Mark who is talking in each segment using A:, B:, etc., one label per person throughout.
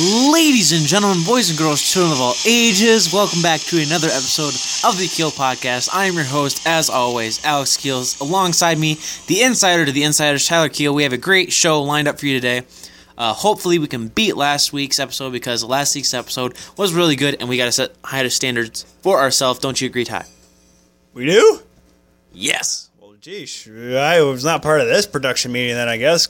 A: Ladies and gentlemen, boys and girls, children of all ages, welcome back to another episode of the Keel Podcast. I am your host, as always, Alex Keels. Alongside me, the insider to the insiders, Tyler Keel. We have a great show lined up for you today. Uh, hopefully, we can beat last week's episode because last week's episode was really good, and we got to set higher standards for ourselves. Don't you agree, Ty?
B: We do?
A: Yes.
B: Well, geez, I was not part of this production meeting then, I guess.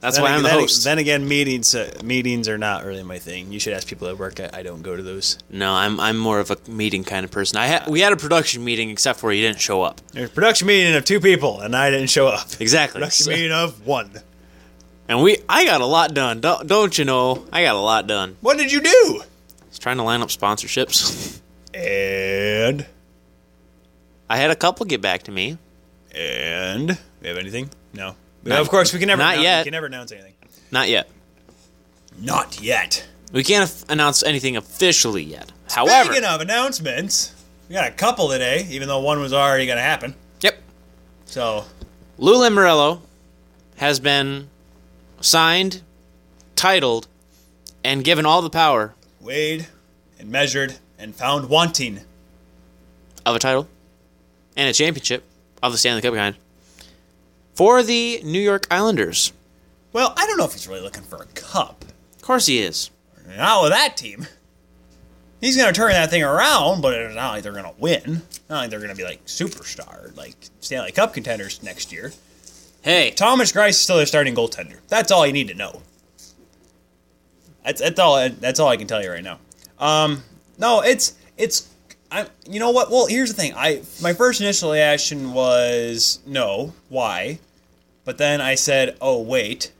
A: That's
B: Then
A: why I'm the
B: again-
A: host.
B: Then again, meetings uh, meetings are not really my thing. You should ask people at work. I, I don't go to those.
A: no, I'm I'm more of a meeting kind of person. I ha- we had a production meeting, except for you didn't show up.
B: There's a production meeting of two people, and I didn't show up.
A: Exactly.
B: Production
A: So-
B: meeting of one.
A: And we, I got a lot done. Don't, don't you know? I got a lot done.
B: What did you do?
A: Just trying to line up sponsorships.
B: And
A: I had a couple get back to me.
B: and we have anything? No.
A: Not-
B: of course, we can never.
A: not
B: announce,
A: yet.
B: We can never announce anything.
A: Not yet.
B: Not yet.
A: We can't af- announce anything officially yet. However,
B: Speaking of announcements, we got a couple today, even though one was already going to happen.
A: yep.
B: So
A: Lou Lamorello has been signed, titled, and given all the power
B: weighed and measured and found wanting.
A: of a title and a championship of the Stanley Cup kind for the New York Islanders.
B: Well, I don't know if he's really looking for a cup.
A: Of course, he is.
B: Not with that team. He's going to turn that thing around, but it's not like they're going to win. Not like they're going to be like superstar, like Stanley Cup contenders next year.
A: Hey,
B: Thomas Grice is still their starting goaltender. That's all you need to know. That's, that's all. That's all I can tell you right now. Um, no, it's it's. I you know what? Well, here's the thing. I my first initial reaction was no, why? But then I said, oh wait,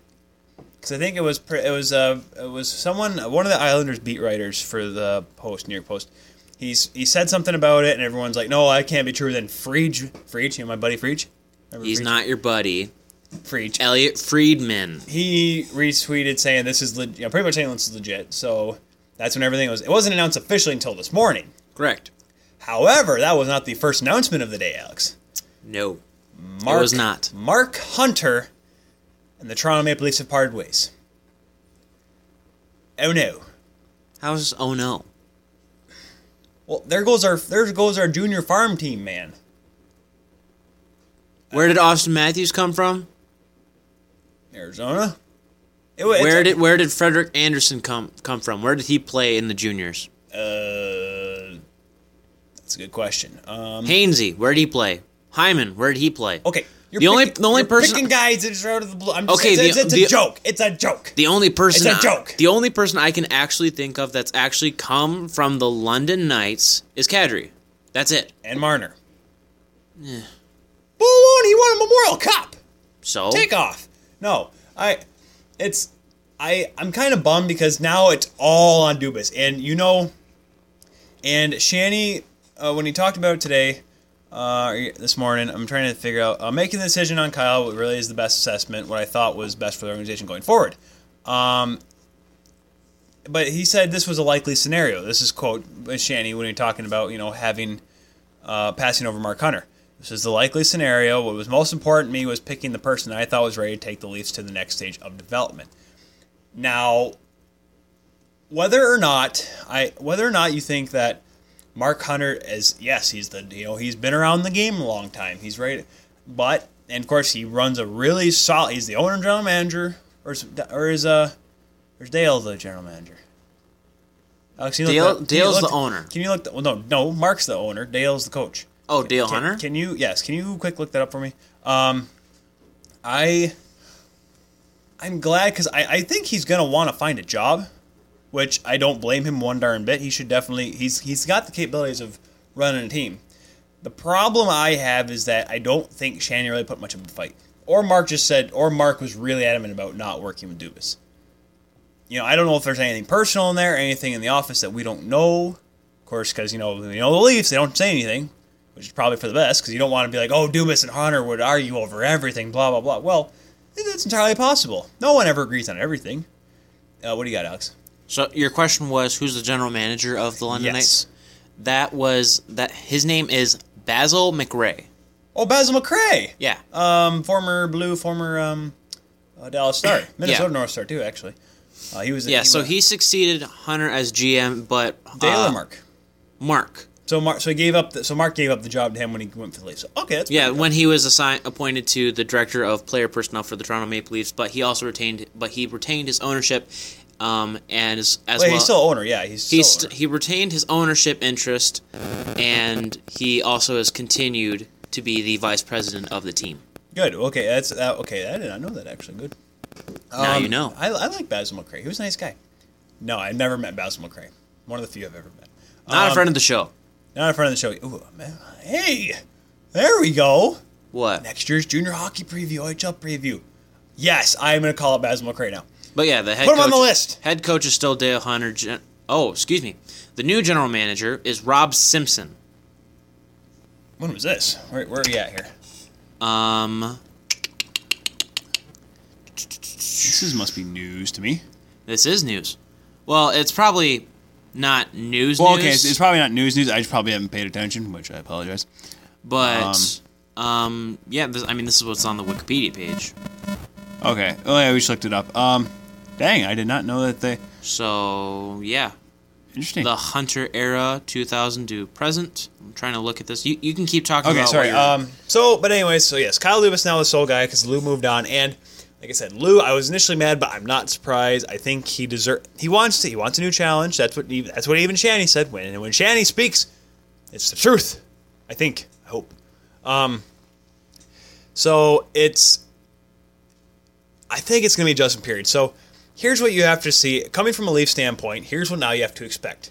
B: because I think it was pre- it was uh it was someone one of the Islanders beat writers for the Post New York Post. He's he said something about it, and everyone's like, no, that can't be true. Then Frege, Frege, you know my buddy Frege. Remember
A: he's
B: Frege?
A: not your buddy,
B: Frege
A: Elliot Friedman.
B: he retweeted saying this is legit, you know, pretty much saying this is legit. So that's when everything was. It wasn't announced officially until this morning.
A: Correct.
B: However, that was not the first announcement of the day, Alex.
A: No.
B: Mark,
A: was not.
B: Mark Hunter and the Toronto Maple Leafs have parted ways. Oh no.
A: How's oh no?
B: Well, there goes our there goes our junior farm team, man.
A: Where did Austin Matthews come from?
B: Arizona. It, wa- it's
A: Where
B: like-
A: did where did Frederick Anderson come come from? Where did he play in the juniors?
B: Uh, that's a good question. Um,
A: Hainsey, where did he play? Hyman, where did he play?
B: okay. You're
A: The only-
B: picking-
A: the only
B: you're
A: person-
B: picking guys that just out of the blue. I'm
A: Okay,
B: okay, it's,
A: the-
B: it's
A: the-
B: a joke. It's a joke.
A: The only person
B: It's a joke.
A: the only person I can actually think of that's actually come from the London Knights is Kadri. That's it.
B: and Marner. Bull won. He won a Memorial Cup.
A: So
B: Take off. No, I. It's I. I'm kind of bummed because now it's all on Dubas, and you know, and Shanny uh, when he talked about it today. Uh, this morning, I'm trying to figure out uh, making the decision on Kyle. What really is the best assessment? What I thought was best for the organization going forward. Um, but he said this was a likely scenario. This is quote Shanny when you're talking about you know having uh, passing over Mark Hunter. This is the likely scenario. What was most important to me was picking the person that I thought was ready to take the Leafs to the next stage of development. Now, whether or not I whether or not you think that Mark Hunter is yes, he's the you know he's been around the game a long time. He's right, but and of course he runs a really solid. He's the owner and general manager, or is, or is uh, or is Dale the general manager? Alex, can you
A: Dale-
B: look that- can you
A: Dale's
B: look-
A: the owner.
B: Can you look? That, well, no, no, Mark's the owner. Dale's the coach.
A: Oh, Dale
B: Can-
A: Hunter?
B: Can you yes? Can you quick look that up for me? Um, I I'm glad because I I think he's gonna want to find a job, which I don't blame him one darn bit. He should definitely he's he's got the capabilities of running a team. The problem I have is that I don't think Shannon really put much of a fight, or Mark just said, or Mark was really adamant about not working with Dubas. You know, I don't know if there's anything personal in there, anything in the office that we don't know. Of course, because you know, you know the Leafs, they don't say anything which is probably for the best because you don't want to be like, oh, Dubas and Hunter would argue over everything, blah, blah, blah. Well, that's entirely possible. No one ever agrees on everything. Uh, what do you got, Alex?
A: so your question was who's the general manager of the London
B: Yes.
A: Knights? That was that his name is Basil McRae.
B: Oh, Basil McRae.
A: Yeah.
B: Um, former Blue, former um, uh, Dallas Star, Minnesota North Star, too, actually. Uh, he was
A: Yeah, so
B: was-
A: he succeeded Hunter as GM, but uh,
B: Dale or Mark.
A: Mark.
B: So Mark, so he gave up. The, so Mark gave up the job to him when he went for the Leafs. So, okay, that's
A: Yeah,
B: pretty
A: when he was assigned appointed to the director of player personnel for the Toronto Maple Leafs, but he also retained but he retained his ownership, um, and as, as
B: good. Wait,
A: well
B: he's still owner. Yeah, he's still
A: he's st-
B: owner.
A: he retained his ownership interest, and he also has continued to be the vice president of the team.
B: good. Okay, that's uh, okay. I did not know that actually. Good. Um,
A: Now you know.
B: I, I like Basil McCray. He was a nice guy. No, I've never met Basil McCray. One of the few I've ever met.
A: Not a
B: Um,
A: friend of the show.
B: Not a friend of the show. Ooh, man. Hey, there we go.
A: What?
B: Next year's junior hockey preview, OHL preview. Yes, I am going to call up Basil McCray now.
A: But yeah, the head
B: Put him
A: coach,
B: on the list.
A: Head coach is still Dale Hunter. Gen- oh, excuse me. The new general manager is Rob Simpson.
B: When was this? Where, where are we at here?
A: Um,
B: This is, must be news to me.
A: this is news. Well, it's probably not news.
B: Well,
A: news,
B: okay, it's, it's probably not news news. I just probably haven't paid attention, which I apologize.
A: but um, yeah. This, I mean, this is what's on the Wikipedia page.
B: Okay. Oh, yeah, we just looked it up. Um, dang, I did not know that they.
A: So yeah,
B: Interesting.
A: the Hunter era, 2000 to present. I'm trying to look at this. You, you can keep talking.
B: Okay,
A: about
B: sorry.
A: what you're-
B: Um, so, but anyways, so yes, Kyle Lubas now the sole guy because Lou moved on, and like I said, Lou, I was initially mad, but I'm not surprised. I think he deserves. He wants to. He wants a new challenge. That's what. Even, that's what even Shanny said. When and when Shanny speaks, it's the truth. I think. I hope. Um. So it's. I think it's going to be a adjustment period. So here's what you have to see coming from a Leaf standpoint. Here's what now you have to expect.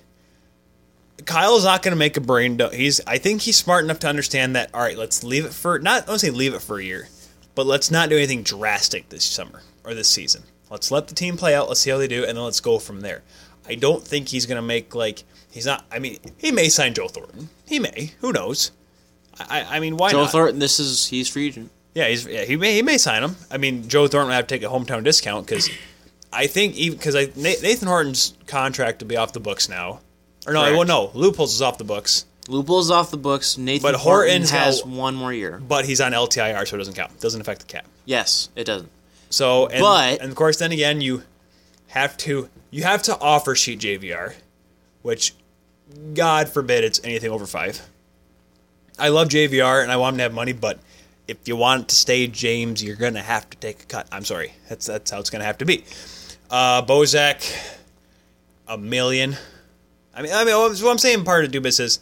B: Kyle's not going to make a brain. dump. He's. I think he's smart enough to understand that. All right, let's leave it for not. I don't say leave it for a year, but let's not do anything drastic this summer or this season. Let's let the team play out. Let's see how they do, and then let's go from there. I don't think he's going to make like he's not. I mean, he may sign Joe Thornton. He may. Who knows? I. I I mean, why
A: Joe
B: not?
A: Thornton. This is he's free agent.
B: Yeah, he's yeah, he may he may sign him. I mean, Joe Thornton would have to take a hometown discount because I think even because I Na- Nathan Horton's contract will be off the books now, or no,
A: Correct.
B: well, no, Loopholes is off the books,
A: Lou Bull's off the books. Nathan
B: But
A: Horton
B: Horton's
A: has
B: got-
A: one more year.
B: but he's on LTIR, so it doesn't count, doesn't affect the cap.
A: Yes, it doesn't.
B: So, and,
A: But-
B: and of course, then again, you have to you have to offer sheet JVR, which God forbid it's anything over five. I love JVR and I want him to have money, but if you want to stay James, you're gonna have to take a cut. I'm sorry, that's that's how it's gonna have to be. Uh, Bozak, a million. I mean, I mean, what I'm- what I'm saying part of Dubas is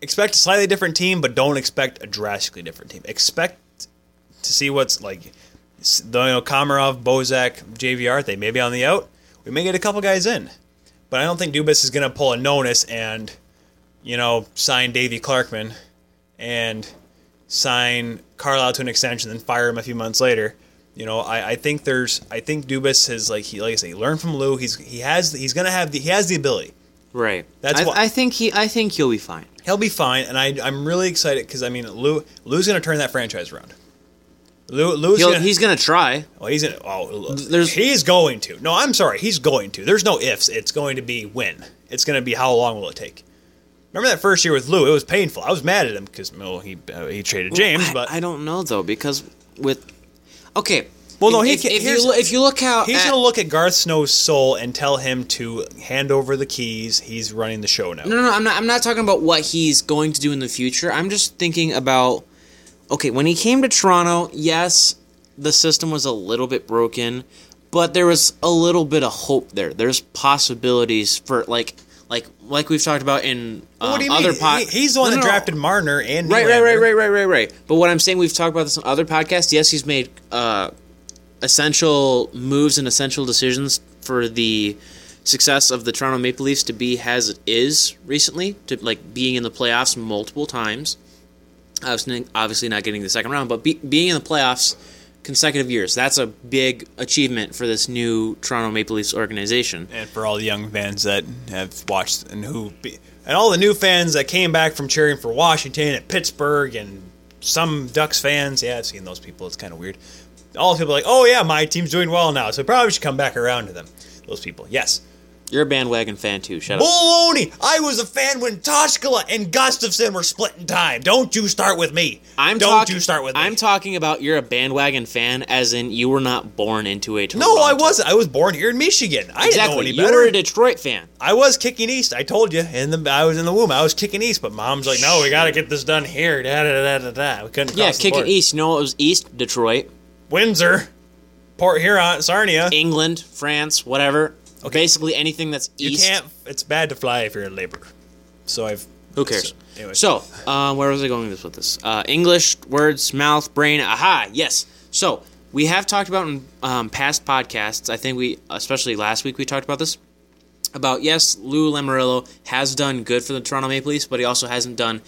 B: expect a slightly different team, but don't expect a drastically different team. Expect to see what's like s- the you know, Komarov, Bozak, JVR, they may be on the out. We may get a couple guys in. But I don't think Dubas is gonna pull a Nonis and, you know, sign Davy Clarkman and sign Carlisle to an extension, then fire him a few months later. You know, I, I think there's I think Dubas has like he like I say, learned from Lou. He's he has he's gonna have the he has the ability.
A: Right.
B: That's
A: I,
B: why-
A: I think he. I think he'll be fine.
B: He'll be fine, and I I'm really excited because I mean Lou Lou's gonna turn that franchise around. Lou Lou's
A: He'll,
B: gonna,
A: He's gonna try.
B: Oh, he's in. Oh,
A: There's-
B: there's he's going to. No, I'm sorry, he's going to. There's no ifs. It's going to be when. It's going to be how long will it take. Remember that first year with Lou? It was painful. I was mad at him because well, he uh, he traded James,
A: I,
B: but
A: I don't know though because with okay.
B: Well, no, he
A: if,
B: can-
A: if
B: here's-
A: you lo- if you look out,
B: he's
A: at,
B: going to look at Garth Snow's soul and tell him to hand over the keys. He's running the show now.
A: No, no, no, I'm not. I'm not talking about what he's going to do in the future. I'm just thinking about. Okay, when he came to Toronto, yes, the system was a little bit broken, but there was a little bit of hope there. There's possibilities for like, like, like we've talked about in um,
B: what do you
A: other
B: mean?
A: pod-
B: He- he's the one
A: No,
B: that
A: no, no.
B: drafted Marner and
A: Right, right,
B: Nylander.
A: right, right, right, right, right. But what I'm saying, we've talked about this on other podcasts. Yes, he's made uh, essential moves and essential decisions for the success of the Toronto Maple Leafs to be as it is recently, to like being in the playoffs multiple times. Obviously, obviously not getting the second round, but be, being in the playoffs consecutive years. That's a big achievement for this new Toronto Maple Leafs organization.
B: And for all the young fans that have watched and who, be, and all the new fans that came back from cheering for Washington and Pittsburgh and some Ducks fans, yeah, I've seen those people. It's kind of weird. All the people are like, oh yeah, my team's doing well now, so I probably should come back around to them. Those people, yes.
A: You're a bandwagon fan too. Shut up.
B: Baloney! I was a fan when Toshkala and Gustafson were splitting time. Don't you start with me.
A: I'm
B: Don't
A: talking.
B: you start with me.
A: I'm talking about you're a bandwagon fan, as in you were not born into a.
B: no, I
A: Toronto-
B: wasn't. I was born here in Michigan. I didn't know
A: Exactly.
B: any
A: You
B: better.
A: were a Detroit fan.
B: I was kicking east. I told you, and the, I was in the womb. I was kicking east, but mom's like, "No, we got to get this done here." Da da da da da. We couldn't.
A: Yeah,
B: cross the
A: kicking
B: border.
A: east. You know it was East Detroit,
B: Windsor, Port Huron, Sarnia.
A: England, France, whatever. Basically anything that's
B: You
A: east.
B: can't. It's bad to fly if you're in labor. So I've.
A: Who cares?
B: So, anyway.
A: So, uh, where was I going with this? Uh, English, words, mouth, brain. Aha, yes. So, we have talked about in um, past podcasts, I think we, especially last week, we talked about this. About, yes, Lou Lamarillo has done good for the Toronto Maple Leafs, but he also hasn't done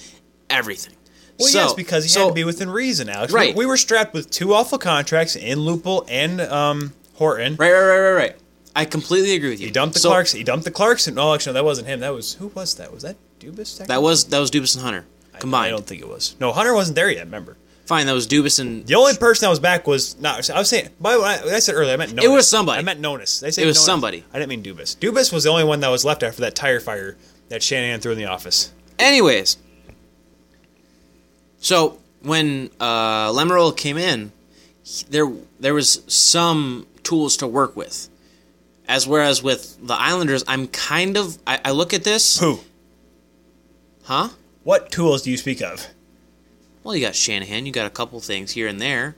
A: everything.
B: Well,
A: so,
B: yes, because he
A: so,
B: had to be within reason, Alex. We-
A: Right.
B: We, were strapped with two awful contracts in Lupul and um, Horton.
A: Right, right, right, right, right. I completely agree with you.
B: He dumped the
A: so,
B: Clarkson. He dumped the Clarkson. No, actually, no, that wasn't him. That was who was that? Was that Dubas?
A: That was, that was Dubas and Hunter
B: I
A: combined.
B: don't think it was. No, Hunter wasn't there yet. Remember,
A: Fine, that was Dubas and
B: the only person that was back was not. I was saying. By the way, I I said earlier, I meant Nonis.
A: was somebody.
B: I meant Nonis. They said
A: It was
B: Nonis.
A: somebody.
B: I didn't mean Dubas. Dubas was the only one that was left after that tire fire that Shanahan threw in the office.
A: Anyways, so when uh, Lemuel came in, he- there there was some tools to work with. As whereas with the Islanders, I'm kind of I, I look at this,
B: Who?
A: huh?
B: What tools do you speak of?
A: Well, you got Shanahan, you got a couple things here and there.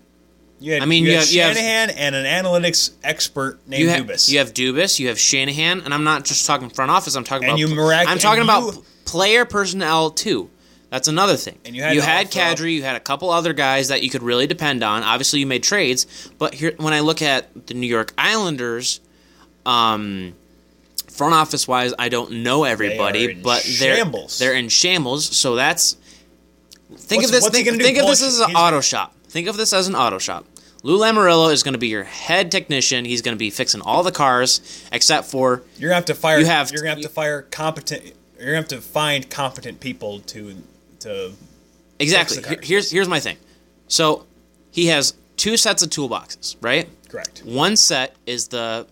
B: You had,
A: I mean,
B: you
A: you
B: had
A: have- you have-
B: Shanahan and an analytics expert named
A: You, ha-
B: Dubas.
A: you have Dubis, you have Shanahan, and I'm not just talking front office. I'm talking
B: And
A: about
B: you mirac-
A: I'm talking
B: and
A: about
B: you-
A: p- player personnel too. That's another thing.
B: And you had to offer up-
A: Kadri, you had a couple other guys that you could really depend on. Obviously, you made trades, but here when I look at the New York Islanders, um, front office wise, I don't know everybody,
B: in
A: but
B: shambles.
A: they're they're in shambles. So that's think
B: What's-
A: of this.
B: what's he
A: Think,
B: gonna do,
A: think of this
B: polish
A: as an
B: his-
A: auto shop. Think of this as an auto shop. Lou Lamarillo is going to be your head technician. He's going to be fixing all the cars except for
B: You're gonna have to fire.
A: You have-
B: You're gonna have to fire competent. You're gonna have to find competent people to to.
A: exactly.
B: Fix the cars.
A: Here's here's my thing. So he has two sets of toolboxes, right?
B: Correct.
A: One set is the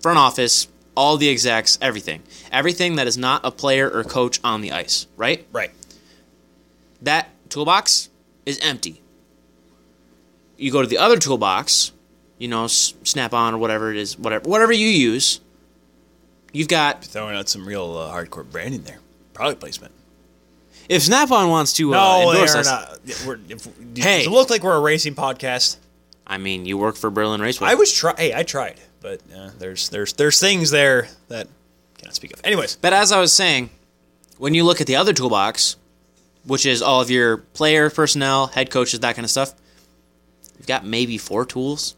A: front office, all the execs, everything, everything that is not a player or coach on the ice, right?
B: Right.
A: that toolbox is empty. You go to the other toolbox, you know, Snap on or whatever it is, whatever whatever you use. You've got
B: Throwing out some real uh, hardcore branding there. Product placement.
A: if Snap on wants to uh,
B: No, they
A: endorse
B: are
A: us.
B: not. yeah, We're, if,
A: Hey.
B: does it look like we're a racing podcast?
A: I mean, you work for Berlin Raceway.
B: I was try. Hey, I tried, but uh, there's there's there's things there that cannot speak of. Anyways,
A: But as I was saying, when you look at the other toolbox, which is all of your player personnel, head coaches, that kind of stuff, you've got maybe four tools.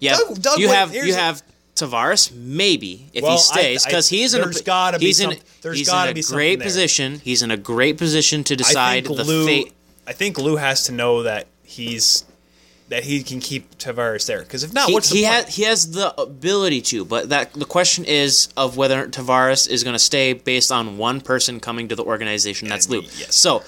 A: Yeah,
B: Doug- Doug
A: you
B: White-
A: have
B: here's
A: you
B: a-
A: have Tavares maybe if
B: Well, I-
A: he stays because
B: I-
A: he's in
B: there's
A: a
B: gotta be
A: he's in
B: some- there's
A: he's in
B: gotta
A: a
B: be something
A: great
B: there.
A: position. He's in a great position to
B: I
A: decide
B: think
A: the
B: Lou.
A: fate.
B: I think Lou has to know that he's that he can keep Tavares there because if not,
A: He,
B: what's the
A: he
B: point?
A: has he has the ability to, but that the question is of whether Tavares is going to stay based on one person coming to the organization. That's
B: And
A: Lou.
B: yes.
A: So,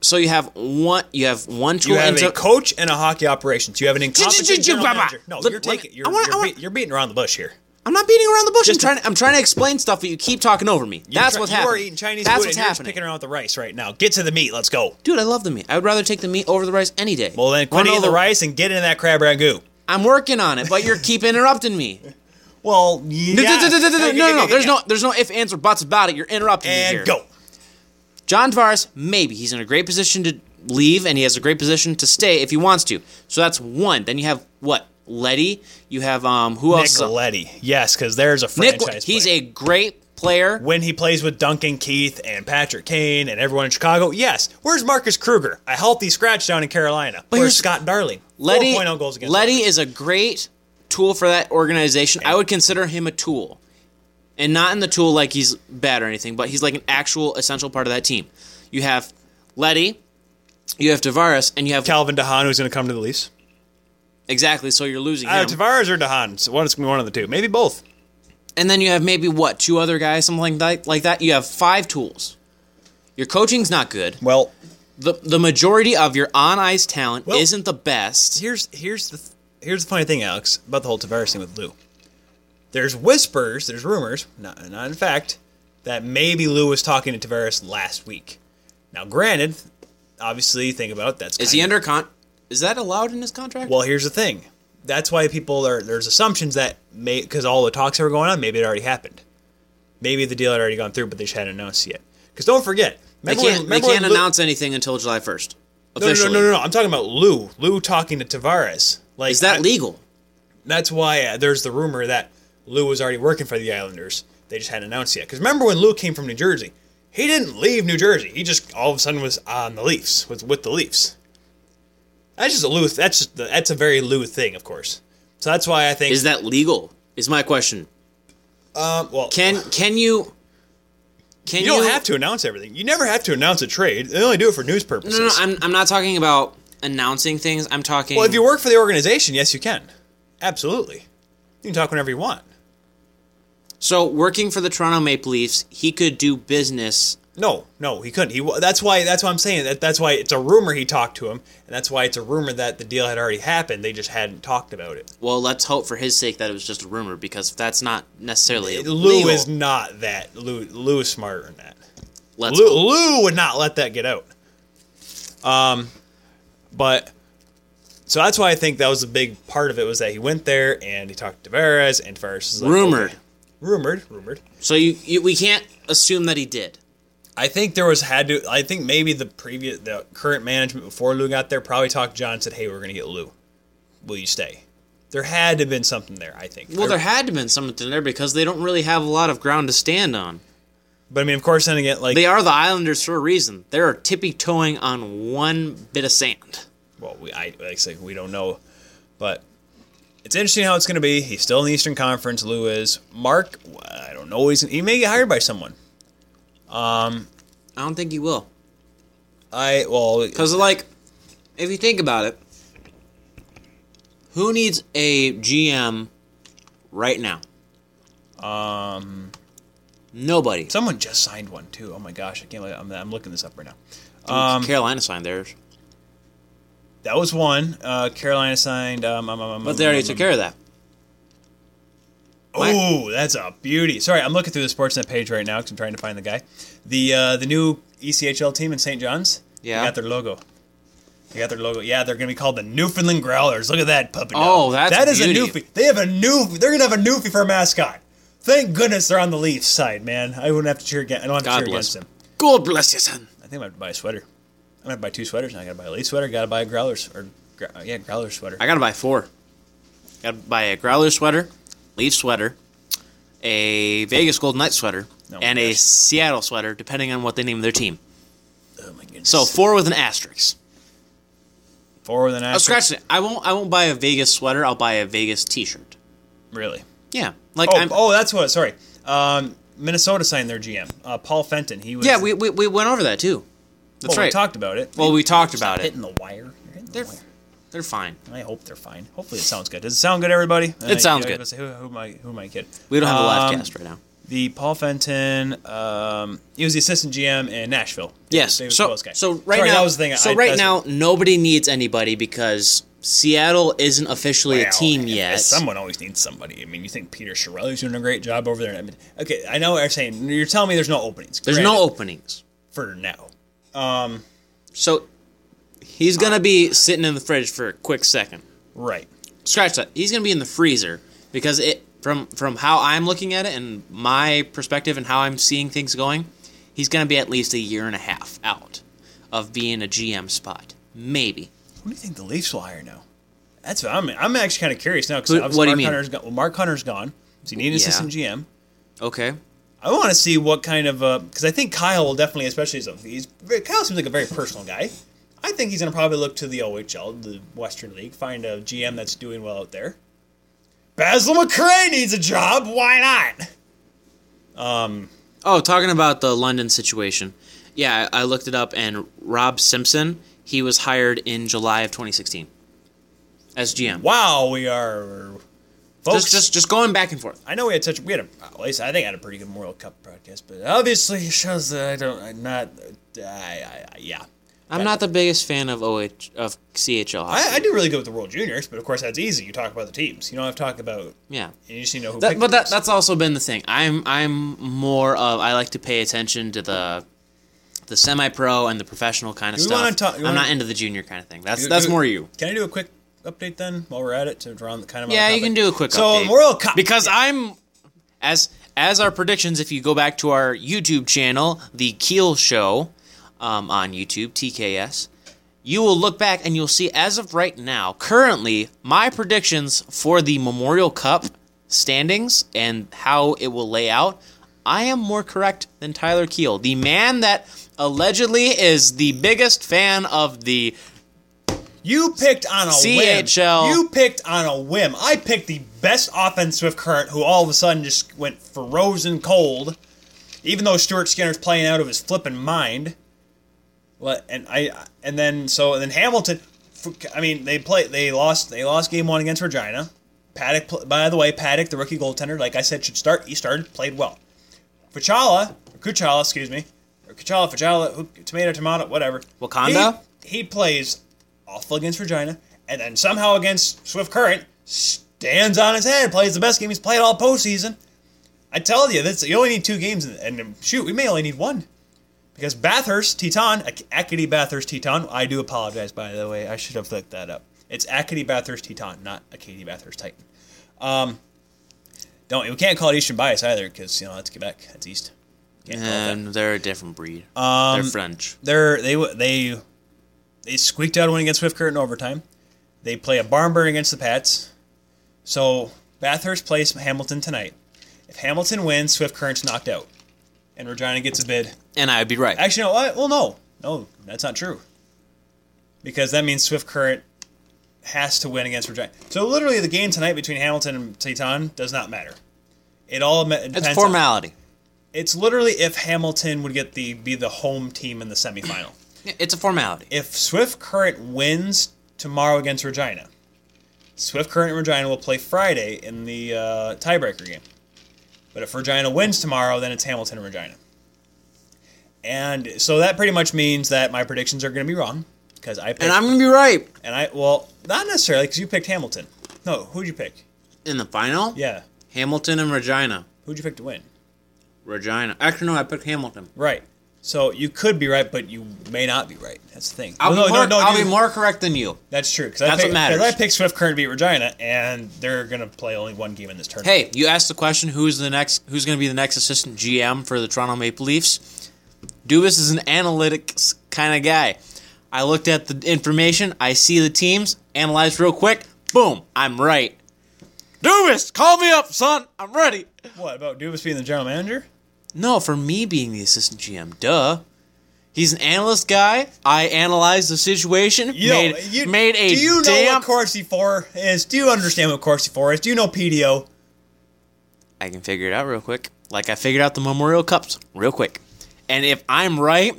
A: so you have one you have one tool.
B: You have
A: into-
B: a coach and a hockey operations. You have an incompetent general
A: Baba.
B: manager. No,
A: Let-
B: you're
A: let-
B: taking. You're,
A: I wanna-
B: you're
A: I wanna-
B: beat- you're beating around the bush here.
A: I'm not beating around the bush. I'm
B: Just-
A: trying. I'm trying to explain stuff, but you keep talking over me.
B: You're
A: That's
B: try-
A: what's
B: you
A: happening.
B: are eating Chinese
A: That's
B: food
A: what's
B: and you're just
A: happening.
B: picking around with the rice right now. Get to the meat. Let's go.
A: Dude, I love the meat. I would rather take the meat over the rice any day.
B: Well, then quit
A: Or no,
B: eating the rice and get into that crab ragu.
A: I'm working on it, but you're keep interrupting me.
B: Well, yeah.
A: No, no, no, no, no, no. There's no, there's no if, ands, or buts about it. You're interrupting me here.
B: And go.
A: John Tavares, maybe he's in a great position to leave, and he has a great position to stay if he wants to. So that's one. Then you have what? Letty. You have um who
B: Nick
A: else?
B: Letty. Yes, because there's a
A: Nick.
B: franchise.
A: He's
B: player.
A: a great player.
B: when he plays with Duncan Keith and Patrick Kane and everyone in Chicago. Yes. Where's Marcus Kruger? A healthy scratch down in Carolina. Where's
A: here's-
B: Scott Darling?
A: Letty,
B: 4.0 goals against.
A: Letty is a great tool for that organization. I would consider him a tool. And not in the tool like he's bad or anything, but he's like an actual essential part of that team. You have Letty, you have Tavares, and you have
B: Calvin DeHaan, who's going to come to the Leafs.
A: exactly. So you're losing
B: Either
A: him,
B: Tavares or DeHaan. So one, it's going to be one of the two. Maybe both.
A: and then you have maybe what two other guys, something like that. Like that, you have five tools. Your coaching's not good.
B: Well,
A: the The majority of your on ice talent
B: Well-
A: isn't the best.
B: here's here's the th- here's the funny thing, Alex, about the whole Tavares thing with Lou. There's whispers, there's rumors, not, not in fact, that maybe Lou was talking to Tavares last week. Now, granted, obviously, think about it, that's
A: Is
B: kinda-
A: he under con? Is that allowed in his contract?
B: well, here's the thing. That's why people are there's assumptions that may because all the talks that were going on, maybe it already happened. Maybe the deal had already gone through, but they just hadn't announced it yet. Because don't forget,
A: they can't.
B: remember when-
A: They
B: remember when
A: can't
B: Lou-
A: announce anything until July first.
B: No, no, no,
A: Officially,
B: no, no, no. I'm talking about Lou. Lou talking to Tavares. Like
A: Is that
B: I-
A: legal?
B: That's why uh, there's the rumor that Lou was already working for the Islanders. They just hadn't announced yet. Because remember when Lou came from New Jersey, he didn't leave New Jersey. He just all of a sudden was on the Leafs with with the Leafs. That's just a Lou. That's just the, that's a very Lou thing, of course. So that's why I think.
A: Is that legal? Is my question.
B: um, well,
A: Can can you? Can
B: you
A: you?
B: don't have to announce everything. You never have to announce a trade. They only do it for news
A: No,
B: purposes.
A: no, no, I'm I'm not talking about announcing things. I'm talking.
B: well, if you work for the organization, yes, you can. Absolutely, you can talk whenever you want.
A: so working for the Toronto Maple Leafs, he could do business.
B: No, no, he couldn't. He wa- that's why that's why I'm saying that that's why it's a rumor he talked to him, and that's why it's a rumor that the deal had already happened. They just hadn't talked about it.
A: Well, let's hope for his sake that it was just a rumor because that's not necessarily
B: Lou
A: legal.
B: is not that. Lou Lou is smarter than that.
A: Let's
B: Lou, Lou would not let that get out. Um, but so that's why I think that was a big part of it was that he went there and he talked to Tavares and Tavares was like,
A: rumored.
B: okay. rumored, rumored.
A: So you, you we can't assume that he did.
B: I think there was had to. I think maybe the previous, the current management before Lou got there probably talked to John and said, "Hey, we're going to get Lou. Will you stay?" There had to have been something there. I think.
A: Well, there had to been something there because they don't really have a lot of ground to stand on.
B: But I mean, of course, then again, like,
A: They are the Islanders for a reason. They are tippy toeing on one bit of sand.
B: well, we, I like, I say we don't know, but it's interesting how it's going to be. He's still in the Eastern Conference. Lou is Mark. I don't know. He's he may get hired by someone.
A: I don't think he will.
B: I well,
A: Because, like, if you think about it, who needs a GM right now? Um, nobody.
B: someone just signed one too. Oh my gosh, I can't. I'm, I'm looking this up right now.
A: Carolina signed theirs,
B: That was one. Uh, Carolina signed. Um, um, um,
A: but they already took care of that. What?
B: Oh, that's a beauty. Sorry, I'm looking through the Sportsnet page right now because I'm trying to find the guy. The uh, the new ECHL team in St. John's.
A: Yeah.
B: They got their logo. They got their logo. Yeah, they're gonna be called the Newfoundland Growlers. Look at that puppy. dog.
A: Oh, that's
B: that is
A: beauty.
B: a Newfie. They have a new. They're gonna have a Newfie for a mascot. Thank goodness they're on the Leafs side, man. I wouldn't have to cheer against. I don't have to
A: God
B: cheer
A: bless.
B: against them.
A: God bless you, son.
B: I think I'm gonna have to buy a sweater. I'm gonna have to buy two sweaters. Now. I gotta buy a Leaf sweater. Gotta buy a Growlers or Gro- yeah, Growler sweater.
A: I gotta buy four. Gotta buy a Growler sweater, Leaf sweater, a Vegas Golden Knights sweater,
B: No,
A: and a
B: yes.
A: Seattle sweater, depending on what they name their team.
B: oh my goodness.
A: So four with an asterisk.
B: four with an
A: I'll
B: asterisk.
A: Oh, scratch it. I won't. I won't buy a Vegas sweater. I'll buy a Vegas T-shirt.
B: Really.
A: Yeah, like
B: Oh,
A: I'm.
B: oh, that's what. Sorry, um, Minnesota signed their GM, uh, Paul Fenton. He was.
A: yeah, we, we, we went over that too. That's
B: well,
A: right.
B: We talked about it.
A: well, we talked
B: Stop
A: about it.
B: hitting the wire. You're hitting
A: They're
B: the wire.
A: they're fine.
B: I hope they're fine. Hopefully, it sounds good. Does it sound good, everybody? Uh,
A: sounds
B: yeah, I
A: good.
B: was gonna Say, who, who am I? Who am I kidding?
A: We don't have a live
B: Um,
A: cast right now.
B: The Paul Fenton. Um, he was the assistant GM in Nashville.
A: Yes.
B: David
A: So
B: Kowalski.
A: so right
B: Sorry,
A: now
B: that was the thing.
A: So
B: I-
A: right
B: that's-
A: now nobody needs anybody because Seattle isn't officially a
B: Well,
A: team
B: if-
A: yet.
B: if Someone always needs somebody. I mean, you think Peter Shirelli's doing a great job over there? I mean, okay, I know what you're saying. You're telling me there's no openings.
A: There's
B: Granted,
A: no openings.
B: for now.
A: So he's gonna be sitting in the fridge for a quick second.
B: Right.
A: Scratch that. He's gonna be in the freezer because it from from how I'm looking at it and my perspective and how I'm seeing things going, he's gonna be at least a year and a half out of being a GM spot. Maybe.
B: Who do you think the Leafs will hire now? That's what I'm. I'm actually kind of curious now because
A: Who-
B: obviously
A: what do you
B: Mark
A: mean?
B: Hunter's gone. Well, Mark Hunter's gone. So you need an
A: Yeah.
B: assistant GM.
A: Okay.
B: I want to see what kind of because I think Kyle will definitely, especially as a, he's very, Kyle seems like a very personal guy. I think he's going to probably look to the OHL, the Western League, find a GM that's doing well out there. Basil McRae needs a job. Why not?
A: Oh, talking about the London situation. Yeah, I I looked it up, and Rob Simpson, he was hired in July of 2016 as GM.
B: Wow, we are folks.
A: Just, just, just going back and forth.
B: I know we had such we had a at least I think I had a pretty good World Cup broadcast, but obviously it shows that I don't I'm not I, I, I yeah.
A: I'm not the biggest fan of OH of CHL. hockey.
B: I, I do really good with the World Juniors, but of course that's easy. You talk about the teams. You don't have to talk about.
A: yeah.
B: And you just need to know who.
A: That,
B: picked
A: but that,
B: those.
A: that's also been the thing. I'm I'm more of I like to pay attention to the the semi pro and the professional kind of
B: You wanna
A: stuff.
B: talk- you
A: I'm
B: wanna-
A: not into the junior kind of thing. That's
B: Do-
A: that's
B: do-
A: more you.
B: Can I do a quick update then while we're at it to round the kind of. on
A: Yeah,
B: the
A: you can
B: topic?
A: do a quick
B: So
A: update.
B: World Cup
A: because I'm as as our predictions. If you go back to our YouTube channel, the Keel Show um, on YouTube TKS, you will look back and you'll see as of right now, currently my predictions for the Memorial Cup standings and how it will lay out. I am more correct than Tyler Keel, the man that allegedly is the biggest fan of the
B: You picked on a
A: CHL.
B: whim. You picked on a whim. I picked the best offense Swift Current, who all of a sudden just went frozen cold, even though Stuart Skinner's playing out of his flipping mind. Let- And I and then so and then Hamilton. for- I mean, they play. They lost. They lost game one against Regina. Paddock. pl- By the way, Paddock, the rookie goaltender, like I said, should start. He started, played well. Fuchala, or Kuchala, excuse me, or Kuchala, Fuchala, who- tomato, tomato, whatever.
A: Wakanda?
B: He, he plays awful against Regina, and then somehow against Swift Current, stands on his head, plays the best game he's played all postseason. I tell you, this you only need two games, and, and shoot, we may only need one. Because Bathurst Teton, Ak- Acadie Bathurst Teton, I do apologize by the way, I should have looked that up. It's Acadie Bathurst Teton, not Acadie Bathurst Titan. Um, don't we can't call it Eastern bias either because you know that's Quebec, that's East. Can't call it that.
A: and they're a different breed. Um, they're French.
B: They're they w- they they squeaked out a win against Swift Current in overtime. They play a barn burner against the Pats. So Bathurst plays Hamilton tonight. If Hamilton wins, Swift Current's knocked out, and Regina gets a bid.
A: And I'd be right.
B: Actually, no. I, well, no, no, that's not true. Because that means Swift Current has to win against Regina. So literally, the game tonight between Hamilton and Teton does not matter. It all ma- depends.
A: it's
B: on-
A: formality.
B: it's literally if Hamilton would get the be the home team in the semifinal.
A: Yeah, It's a formality.
B: if Swift Current wins tomorrow against Regina, Swift Current and Regina will play Friday in the uh, tiebreaker game. But if Regina wins tomorrow, then it's Hamilton and Regina. And so that pretty much means that my predictions are going to be wrong because I picked
A: and I'm gonna be right
B: and I well not necessarily because you picked Hamilton. No, who'd you pick?
A: in the final.
B: Yeah,
A: Hamilton and Regina.
B: who'd you pick to win?
A: Regina. Actually, no, I picked Hamilton.
B: Right. So you could be right, but you may not be right. That's the thing.
A: I'll,
B: Well,
A: be, more, I'll
B: you-
A: be more correct than you.
B: That's true. Cause I
A: That's
B: pick,
A: what matters.
B: 'cause I picked Swift Current to beat Regina, and they're gonna play only one game in this tournament.
A: Hey, you asked the question: Who's the next? Who's gonna be the next assistant GM for the Toronto Maple Leafs? Dubas is an analytics kind of guy. I looked at the information. I see the teams. Analyzed real quick. Boom! I'm right. Dubas, call me up, son. I'm ready.
B: What about Dubas being the general manager?
A: No, for me being the assistant GM, duh. He's an analyst guy. I analyzed the situation.
B: You
A: made,
B: know, you,
A: made a
B: Do you know
A: damn.
B: what Corsi Four is? Do you understand what Corsi Four is? Do you know PDO?
A: I can figure it out real quick. Like I figured out the Memorial Cups real quick. And if I'm right,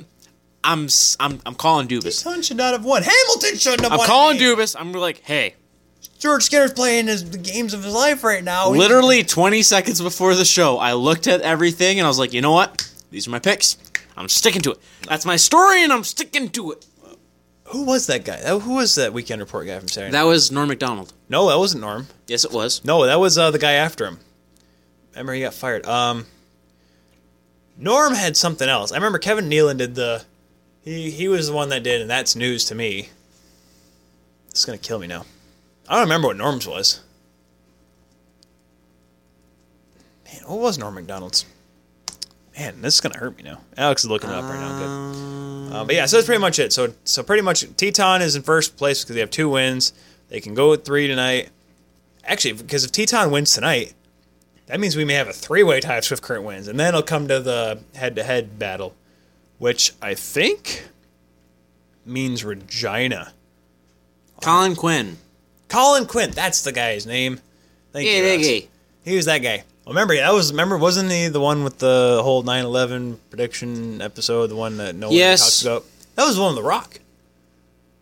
A: I'm s- I'm I'm calling Dubas.
B: Ton should not have won. Hamilton shouldn't have
A: I'm
B: won.
A: calling
B: Dude,
A: Dubas. I'm like, hey,
B: George Skinner's playing his, the games of his life right now. He-
A: literally 20 seconds before the show, I looked at everything and I was like, you know what? These are my picks. I'm sticking to it. That's my story, and I'm sticking to it.
B: who was that guy? That- Who was that weekend report guy from Saturday?
A: That was Norm Macdonald.
B: Night? no, that wasn't Norm.
A: Yes, it was.
B: No, that was uh, the guy after him. I remember he got fired. Um, Norm had something else. I remember Kevin Nealon did the. He he was the one that did, and that's news to me. It's gonna kill me now. I don't remember what Norm's was. Man, what was Norm McDonald's? Man, this is gonna hurt me now. Alex is looking it up right now. Good. Uh, but yeah, so that's pretty much it. So so pretty much Teton is in first place because they have two wins. They can go with three tonight. Actually, because if Teton wins tonight, that means we may have a three-way tie if Swift Current wins, and then it'll come to the head-to-head battle, which I think means Regina.
A: Colin Quinn.
B: Colin Quinn, that's the guy's name. Thank you. Alex.
A: E.
B: He was that guy. Remember that was remember wasn't he the one with the whole 9/11 prediction episode, the one that no one
A: Yes.
B: talks about? That was the one with the Rock.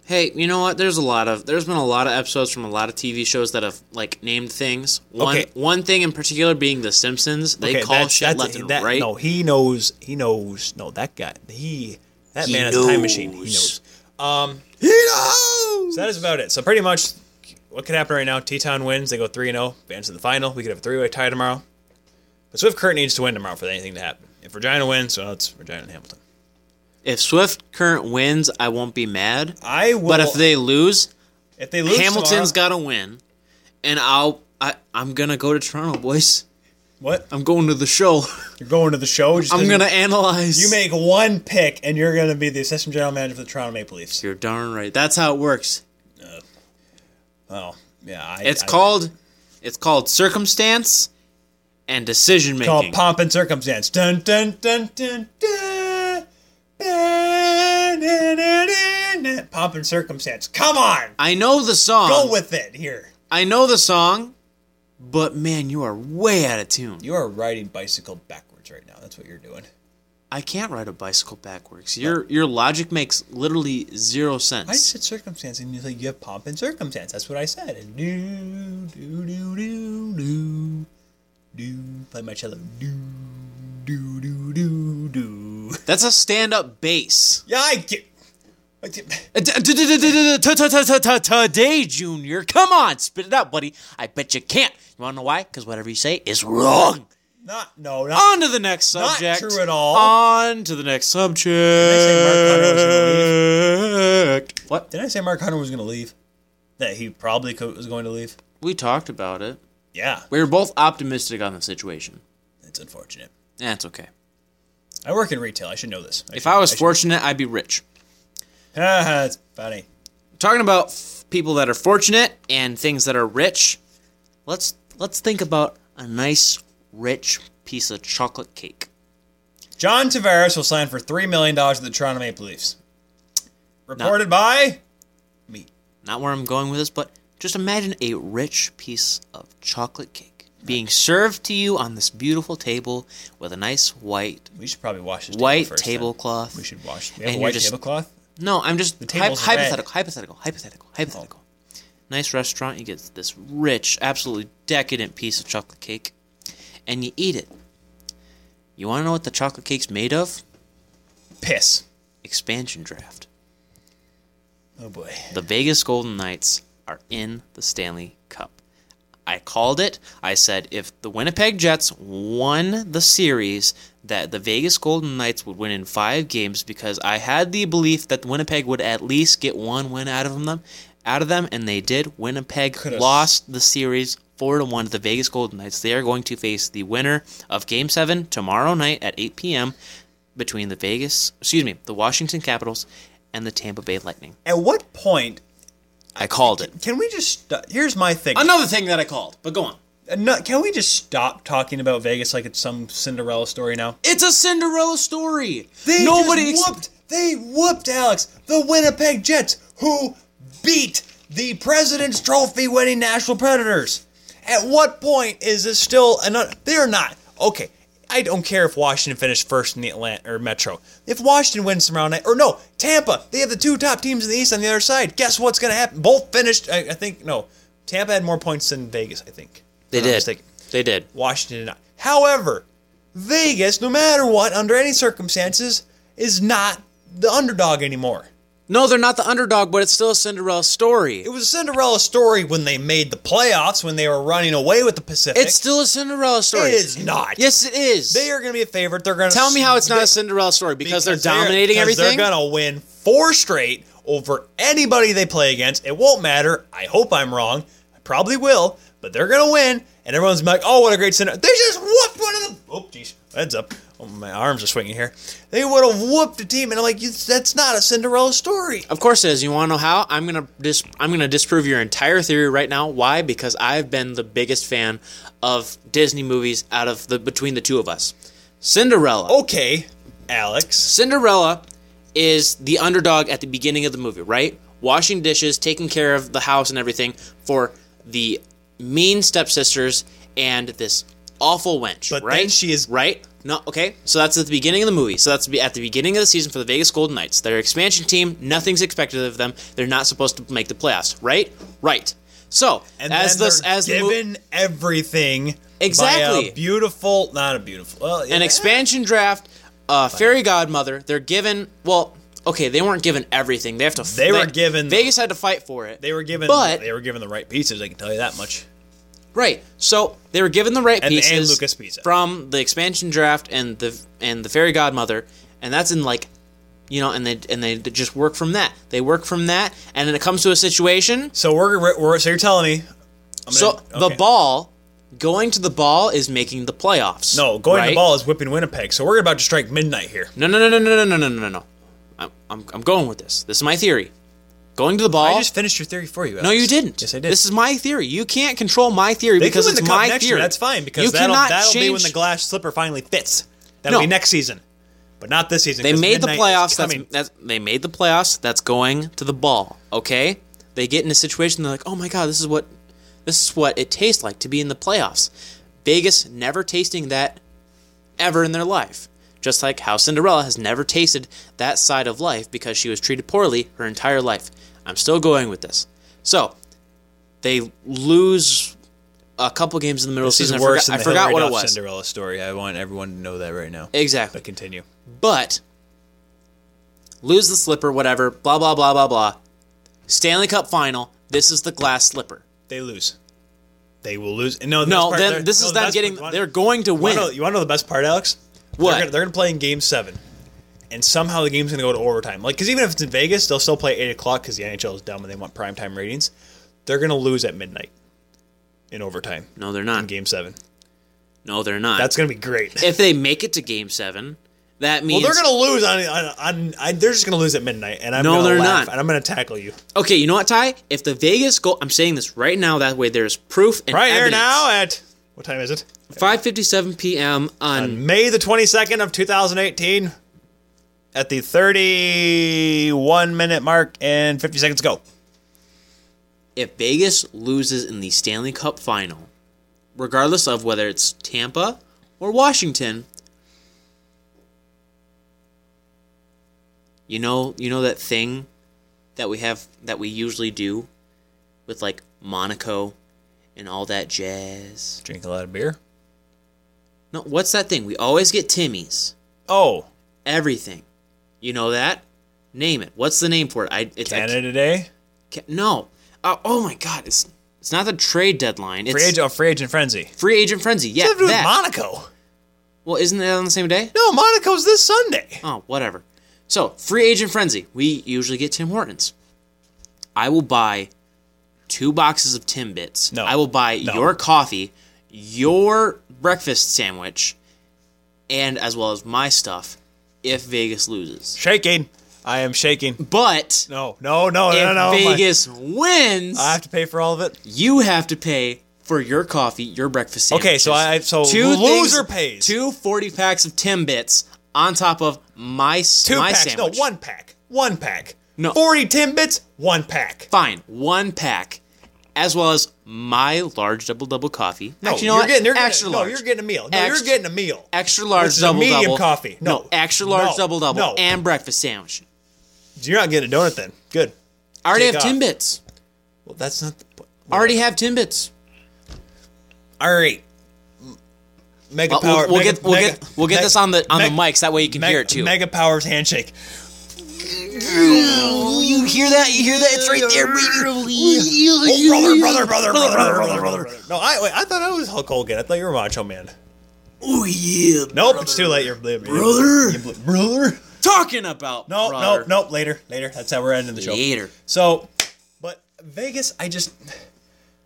A: Hey, you know what? There's a lot of there's been a lot of episodes from a lot of TV shows that have like named things. One
B: Okay.
A: one thing in particular being The Simpsons. They
B: Okay,
A: call
B: that's-
A: shit
B: that's-
A: left and
B: that-
A: right.
B: No, he knows. He knows. No, that guy. He that
A: He
B: man has a time machine. He
A: knows.
B: knows. Um,
C: Hino!
B: so that is about it. So pretty much, what could happen right now? Teton wins. They go three and zero, advance to the final. We could have a three way tie tomorrow. But Swift Current needs to win tomorrow for anything to happen. If Regina wins, well, it's Regina and Hamilton.
A: If Swift Current wins, I won't be mad.
B: I will.
A: But if they lose,
B: if they lose,
A: Hamilton's
B: Hamilton's
A: got to win, and I'll I I'm gonna go to Toronto, boys.
B: what?
A: I'm going to the show.
B: You're going to the show. Just
A: I'm
B: 'cause
A: gonna analyze.
B: You make one pick, and you're going to be the assistant general manager for the Toronto Maple Leafs.
A: You're darn right. That's how it works.
B: Oh, yeah. I,
A: It's
B: I-
A: called it's called circumstance and decision making.
B: called pomp and circumstance. Dun dun dun dun dun. Dun, dun, dun, dun, dun. Pomp and circumstance. Come on,
A: I know the song.
B: go with it. Here,
A: I know the song, but man, you are way out of tune.
B: you are riding bicycle backwards right now. That's what you're doing.
A: I can't ride a bicycle backwards. Your your logic makes literally zero
B: I
A: sense.
B: said circumstance, and you think you have pomp and circumstance. That's what I said. And do do do do do do. Play my cello. Do do do do do.
A: That's a stand-up bass.
B: Yeah, I get. I get
A: Uh, Today, Junior, come on, spit it out, buddy. I bet you can't. You want to know why? Because whatever you say is wrong.
B: not no not.
A: On to the next
B: Not
A: subject.
B: true at all.
A: On to the next subject. What?
B: Did I say Mark Hunter was going to leave? That he probably co- was going to leave?
A: We talked about it.
B: Yeah.
A: We were both optimistic on the situation.
B: It's unfortunate.
A: That's okay.
B: I work in retail. I should know this.
A: If I was
B: should-
A: fortunate, I'd be rich.
B: Ah, it's funny.
A: Talking about f- people that are fortunate and things that are rich, let's let's think about a nice rich piece of chocolate cake.
B: John Tavares will sign for $3 million with the Toronto Maple Leafs. Reported by me.
A: not where I'm going with this, but just imagine a rich piece of chocolate cake being served to you on this beautiful table with a nice white
B: We should probably wash this table
A: white
B: first, then.
A: tablecloth.
B: We should wash. We have
A: And
B: a
A: you're
B: white
A: just-
B: tablecloth.
A: No, I'm just hy-
B: table's red.
A: hypothetical, hypothetical, hypothetical, hypothetical. Nice restaurant, you get this rich, absolutely decadent piece of chocolate cake, and you eat it. You want to know what the chocolate cake's made of?
B: Piss.
A: Expansion draft.
B: Oh, boy.
A: The Vegas Golden Knights are in the Stanley Cup. I called it. I said if the Winnipeg Jets won the series, that the Vegas Golden Knights would win in five games because I had the belief that Winnipeg would at least get one win out of them, out of them, and they did. Winnipeg
B: Coulda-
A: lost the series four to one to the Vegas Golden Knights. They are going to face the winner of Game Seven tomorrow night at 8 p.m. between the Vegas, excuse me, the Washington Capitals and the Tampa Bay Lightning.
B: At what point
A: I called it.
B: can we just. st- Here's my thing.
A: Another thing that I called, but go on.
B: Ano- Can we just stop talking about Vegas like it's some Cinderella story now?
A: It's a Cinderella story.
B: They
A: Nobody
B: just
A: ex-
B: whooped. They whooped Alex, the Winnipeg Jets, who beat the President's Trophy winning National Predators. At what point is this still another? They're not okay. I don't care if Washington finished first in the Atlanta or Metro. If Washington wins tomorrow night, or no, Tampa, they have the two top teams in the East on the other side. Guess what's going to happen? Both finished. I, I think no, Tampa had more points than Vegas. I think if
A: They
B: I'm not
A: did.
B: mistaken.
A: They did.
B: Washington did not. However, Vegas, no matter what, under any circumstances, is not the underdog anymore.
A: No, they're not the underdog, but it's still a Cinderella story.
B: It was a Cinderella story when they made the playoffs, when they were running away with the Pacific.
A: It's still a Cinderella story.
B: It is not.
A: Yes, it is.
B: They are going to be a favorite. They're going to
A: Tell me how it's not a Cinderella story because, they're dominating everything.
B: They're going to win four straight over anybody they play against. It won't matter. I hope I'm wrong. I probably will, but they're going to win. And everyone's like, oh, what a great center. They just whooped one of them. Oh, jeez. Heads up. Oh, my arms are swinging here. They would have whooped a team. And I'm like, you- that's not a Cinderella story.
A: Of course it is. You want to know how? I'm gonna dis- I'm gonna disprove your entire theory right now. Why? Because I've been the biggest fan of Disney movies out of the between the two of us. Cinderella.
B: Okay, Alex.
A: Cinderella is the underdog at the beginning of the movie, right? Washing dishes, taking care of the house and everything for the mean stepsisters and this awful wench,
B: But
A: right?
B: then she is-
A: right. No, okay. So that's at the beginning of the movie. So that's be- at the beginning of the season for the Vegas Golden Knights. Their expansion team, nothing's expected of them. They're not supposed to make the playoffs, right? Right. So
B: And
A: as
B: then
A: this
B: they're
A: as the mo-
B: given everything by
A: Exactly.
B: a beautiful, not a beautiful, well,
A: an
B: yeah.
A: expansion draft, a fairy godmother. They're given well, okay, they weren't given everything. They have to.
B: They were given-
A: Vegas had to fight for it.
B: They were given,
A: But-
B: they were given the right pieces. I can tell you that much.
A: Right. So they were given the right
B: And- and
A: pieces
B: Lucas Pisa.
A: from the expansion draft and the and the fairy godmother, and that's in like, you know, and they and they just work from that. They work from that, and then it comes to a situation.
B: So we're, we're so you're telling me. I'm
A: So
B: gonna-
A: the
B: okay.
A: ball, going to the ball is making the playoffs.
B: No, going to
A: right?
B: the ball is whipping Winnipeg. So we're about to strike midnight here.
A: No, no, no, no, no, no, no, no, no, no. I'm, I'm I'm going with this. This is my theory. Going to the ball.
B: I just finished your theory for you.
A: No, you didn't.
B: Yes, I did.
A: This is my theory. You can't control my theory
B: They
A: because
B: can win
A: it's
B: the cup
A: my
B: next
A: theory.
B: Year. That's fine because
A: you
B: that'll,
A: cannot
B: that'll
A: change
B: be when the glass slipper finally fits. That'll
A: No.
B: be next season, but not this season.
A: They
B: 'cause
A: made the
B: midnight is
A: playoffs. That's,
B: coming.
A: that's they made the playoffs. That's going to the ball. Okay. They get in a situation. They're like, oh my god, this is what this is what it tastes like to be in the playoffs. Vegas never tasting that ever in their life. Just like how Cinderella has never tasted that side of life because she was treated poorly her entire life. I'm still going with this. So they lose a couple games in the middle
B: this
A: of the season.
B: is worse
A: I
B: than the
A: forgot, I forgot
B: Hillary
A: what it
B: Duff
A: was.
B: Cinderella story. I want everyone to know that right now.
A: Exactly.
B: But continue.
A: But lose the slipper, whatever, blah, blah, blah, blah, blah. Stanley Cup final. This is the glass slipper.
B: They lose. They will lose. No, the best
A: No,
B: part-
A: then
B: they're-
A: this
B: no,
A: is
B: the
A: them
B: best-
A: getting.
B: you wanna-
A: They're going to
B: you wanna
A: win.
B: know- You want to know the best part, Alex?
A: What?
B: They're gonna, they're gonna play in Game Seven, and somehow the game's gonna go to overtime. Like, because even if it's in Vegas, they'll still play eight o'clock because the NHL is dumb and they want prime time ratings. They're gonna lose at midnight in overtime
A: No, they're
B: in
A: not.
B: Game Seven.
A: No, they're not.
B: That's gonna be great.
A: if they make it to Game Seven. That means
B: Well, they're gonna lose on on, on I, they're just gonna lose at midnight, and I'm
A: No,
B: gonna
A: they're
B: laugh,
A: not.
B: and I'm gonna tackle you
A: okay. You know what, Ty? If the Vegas go, I'm saying this right now. That way, there's proof and
B: right here
A: evidence.
B: now at what time is it?
A: 5:57 p.m. on
B: May the 22nd of 2018, at the 31 minute mark and 50 seconds go.
A: if Vegas loses in the Stanley Cup final, regardless of whether it's Tampa or Washington, you know, you know that thing that we have that we usually do with like Monaco and all that jazz.
B: Drink a lot of beer.
A: No, what's that thing? We always get Timmy's.
B: Oh,
A: Everything. You know that? Name it. What's the name for it? I it's I
B: Canada Day.
A: can't- no. Uh, oh my god, it's it's not the trade deadline. It's
B: Free agent, oh, free agent frenzy.
A: Free agent frenzy. Yeah,
B: What do with
A: that.
B: Monaco?
A: well, isn't that on the same day?
B: No, Monaco's this Sunday.
A: Oh, whatever. So, free agent frenzy. We usually get Tim Hortons. I will buy two boxes of Timbits.
B: No.
A: I will buy
B: No.
A: your coffee, your breakfast sandwich, and as well as my stuff if Vegas loses.
B: Shaking. I am shaking.
A: But
B: No, no, no,
A: if
B: no, no. my-
A: Vegas wins,
B: I have to pay for all of it.
A: you have to pay for your coffee, your breakfast sandwich.
B: Okay, so I so
A: two
B: loser
A: things-
B: pays
A: two 40 packs of Timbits on top of my s-
B: Two
A: my
B: packs.
A: sandwich.
B: No, one pack. One pack.
A: No.
B: 40 Timbits, one pack.
A: Fine, one pack, as well as my large double double coffee.
B: No,
A: Actually, you know
B: are
A: what?
B: getting, you're
A: extra
B: getting,
A: large.
B: No, you're getting a meal. No,
A: Extra-
B: you're getting a meal.
A: extra
B: Which
A: large
B: is a
A: double double.
B: medium coffee. No.
A: extra large
B: No.
A: double double
B: No.
A: and breakfast sandwich.
B: You're not getting a donut then. Good.
A: I already
B: Take
A: have
B: off.
A: Timbits.
B: Well, that's not the point.
A: I already have Timbits.
B: All right. Mega
A: Well,
B: power.
A: we'll, we'll
B: mega,
A: get we'll
B: mega-
A: get we'll get
B: mega-
A: this on the on the
B: mega-
A: mics. That way you can
B: mega-
A: hear it too.
B: Mega powers handshake.
A: you hear that? You hear that? It's right there, baby.
B: Oh, brother, brother, brother, brother, brother, brother, brother, brother. No, I wait, I thought I was Hulk Hogan. I thought you were Macho Man.
A: Oh yeah.
B: Nope, it's too late. You're brother. brother.
A: Talking about
B: No,
A: brother.
B: nope, nope. Later, later. That's how we're ending the show.
A: Later.
B: So, but Vegas, I just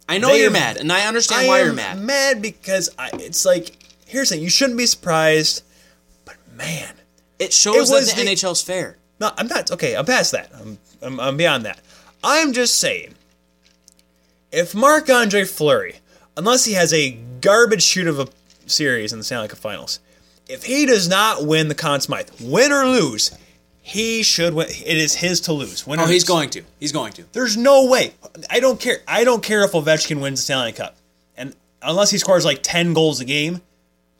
A: I know
B: They
A: you're
B: am-
A: mad, and I understand
B: I
A: why
B: am
A: you're mad.
B: Mad because I. It's like here's the thing. You shouldn't be surprised, but man,
A: It shows
B: It
A: that
B: was
A: the,
B: the-
A: NHL's fair.
B: no, I'm not okay. I'm past that. I'm I'm, I'm beyond that. I'm just saying, if Marc Andre Fleury, unless he has a garbage shoot of a series in the Stanley Cup Finals, if he does not win the Conn Smythe, win or lose, he should win. It is his to lose. Win or
A: Oh, he's
B: lose.
A: going to. He's going to.
B: There's no way. I don't care. I don't care if Ovechkin wins the Stanley Cup, and unless he scores like ten goals a game,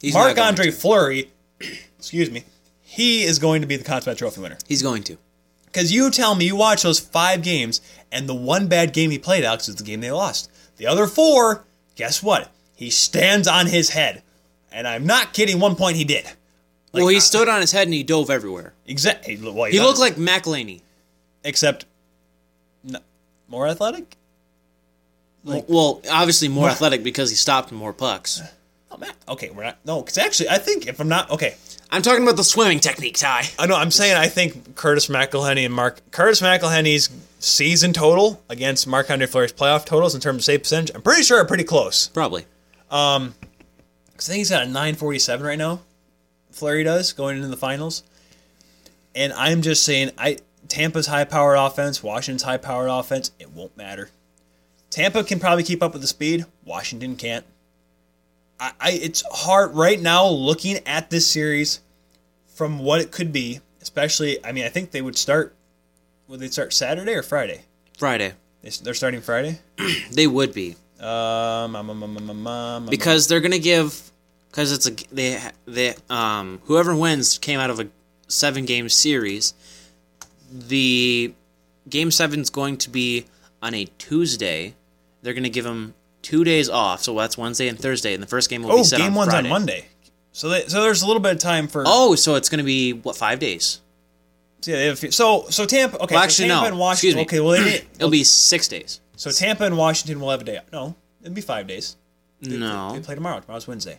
A: He's not
B: Marc
A: going
B: Andre
A: to.
B: Fleury, excuse me, he is going to be the Conn Smythe Trophy winner.
A: He's going to.
B: Because you tell me you watch those five games, and the one bad game he played, Alex, is the game they lost. The other four, guess what? He stands on his head, and I'm not kidding. One point he did. Like,
A: well, he
B: I-
A: stood on his head and he dove everywhere.
B: Exactly. Well,
A: He
B: does.
A: looked like Mac Laney.
B: except n- more athletic. Like-
A: well, obviously more athletic because he stopped more pucks.
B: Oh man. Okay, we're not. No, because actually, I think if I'm not okay,
A: I'm talking about the swimming technique, Ty.
B: I know I'm saying I think Curtis McElhenny and Mark Curtis McElhenny's season total against Mark Henry Fleury's playoff totals in terms of save percentage. I'm pretty sure are pretty close.
A: Probably.
B: 'Cause I think he's got a 947 right now. Fleury does going into the finals, and I'm just saying I Tampa's high powered offense, Washington's high powered offense. It won't matter. Tampa can probably keep up with the speed. Washington can't. I, I it's hard right now looking at this series from what it could be. Especially, I mean, I think they would start. Would they start Saturday or Friday?
A: Friday.
B: They, s- they're starting Friday.
A: They would be
B: Um, um, um, um, um, um, um,
A: because they're gonna give because it's a they they um whoever wins came out of a seven game series. The game seven's going to be on a Tuesday. They're gonna give them two days off, so that's Wednesday and Thursday, and the first game will
B: Oh,
A: be set
B: game
A: on
B: one's
A: Friday.
B: on Monday. So they, so there's a little bit of time for.
A: Oh, so it's gonna be what five days?
B: so, yeah, they have a few- so so Tampa. Okay,
A: Well,
B: so
A: actually,
B: Tampa
A: no.
B: and Washington.
A: Excuse me.
B: Okay, well they did.
A: It'll be six days.
B: So Tampa and Washington will have a day. No, it'll be five days. They
A: No,
B: play tomorrow. Tomorrow's Wednesday.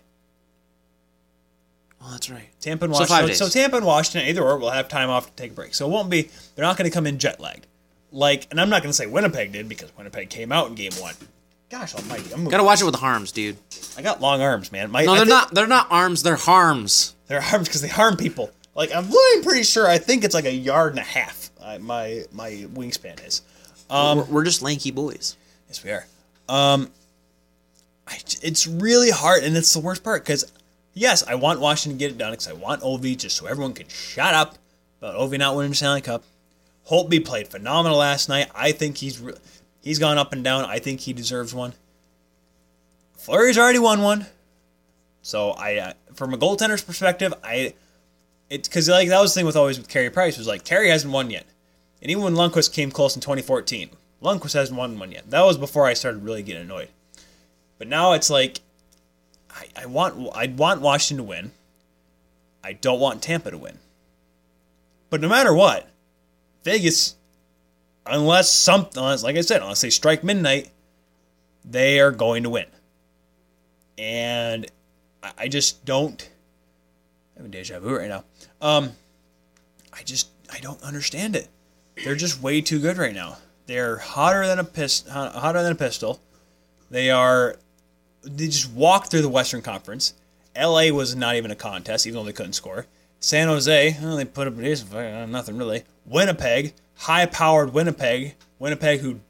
A: oh, that's right.
B: Tampa and
A: So
B: Washington.
A: five days.
B: so Tampa and Washington, either or, will have time off to take a break. So it won't be. They're not going to come in jet lagged. Like, and I'm not going to say Winnipeg did because Winnipeg came out in game one. Gosh Almighty, I'm
A: Gotta watch it with the harms, dude.
B: I got long arms, man. My,
A: No,
B: I
A: they're
B: think
A: not. They're not arms. They're harms.
B: They're arms because they harm people. Like I'm really pretty sure. I think it's like a yard and a half. I, my my wingspan is. Um,
A: we're, we're just lanky boys.
B: Yes, we are. Um, I, it's really hard, and it's the worst part because, yes, I want Washington to get it done because I want Ovi just so everyone can shut up about Ovi not winning the Stanley Cup. Holtby played phenomenal last night. I think he's re- he's gone up and down. I think he deserves one. Flurry's already won one, so I uh, from a goaltender's perspective, I it's because like that was the thing with always with Carey Price was like Carey hasn't won yet. And even when Lundqvist came close in 2014, Lundqvist hasn't won one yet. That was before I started really getting annoyed. But now it's like, I, I want I want Washington to win. I don't want Tampa to win. But no matter what, Vegas, unless something, unless, like I said, unless they strike midnight, they are going to win. And I, I just don't. I'm in deja vu right now. Um, I just I don't understand it. They're just way too good right now. They're hotter than a pist- hot- hotter than a pistol. They are they just walked through the Western Conference. LA was not even a contest, even though they couldn't score. San Jose, well, they put up a decent fight, uh, nothing really. Winnipeg, high powered Winnipeg, Winnipeg who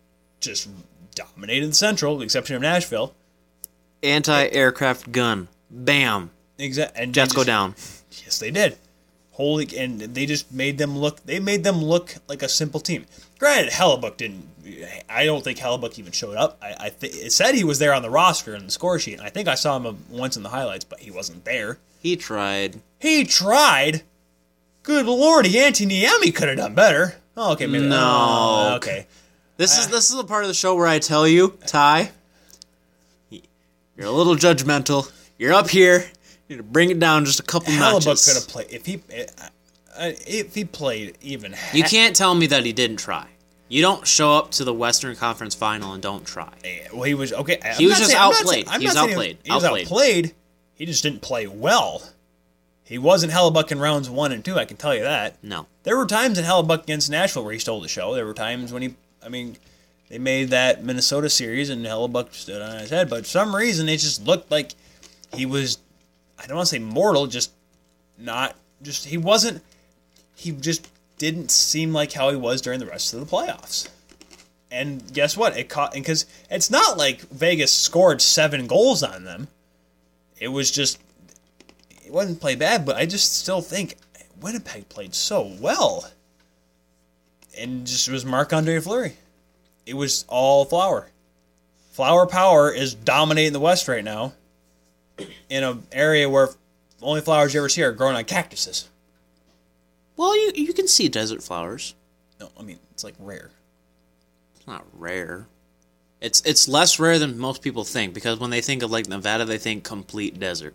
B: just dominated the Central, with the exception of Nashville.
A: Anti-aircraft gun. Bam.
B: Exa- and they
A: Jets go
B: just-
A: down.
B: Yes, they did. Holy, and they just made them look. They made them look like a simple team. Granted, Hellebuck didn't. I don't think Hellebuck even showed up. I, I th- it said he was there on the roster and the score sheet. I think I saw him uh, once in the highlights, but he wasn't there.
A: He tried.
B: He tried. Good lordy, Antiniemi could have done better. Oh, okay, maybe.
A: No.
B: oh, okay.
A: This is this is the part of the show where I tell you, Ty, you're a little judgmental. You're up here. You need to bring it down just a couple
B: Hellebuck could have
A: notches.
B: played if he uh, uh, if he played even.
A: You
B: ha-
A: can't tell me that he didn't try. You don't show up to the Western Conference Final and don't try.
B: Eh, Well, he was okay. I'm
A: He was
B: not
A: just
B: saying- I'm not
A: outplayed.
B: saying- I'm
A: He was
B: not saying
A: outplayed.
B: He was
A: Outplayed.
B: outplayed. He just didn't play well. He wasn't Hellebuck in rounds one and two. I can tell you that.
A: No.
B: There were times in Hellebuck against Nashville where he stole the show. There were times when he, I mean, they made that Minnesota series and Hellebuck stood on his head. But for some reason, it just looked like he was. I don't want to say mortal, just not. Just he wasn't. He just didn't seem like how he was during the rest of the playoffs. And guess what? It caught because it's not like Vegas scored seven goals on them. It was just it wasn't play bad, but I just still think Winnipeg played so well, and just it was Marc Andre Fleury. It was all Flower. Flower power is dominating the West right now, in an area where only flowers you ever see are growing on cactuses.
A: Well, you you can see desert flowers.
B: No, I mean it's like rare.
A: It's not rare. It's it's less rare than most people think because when they think of like Nevada, they think complete desert.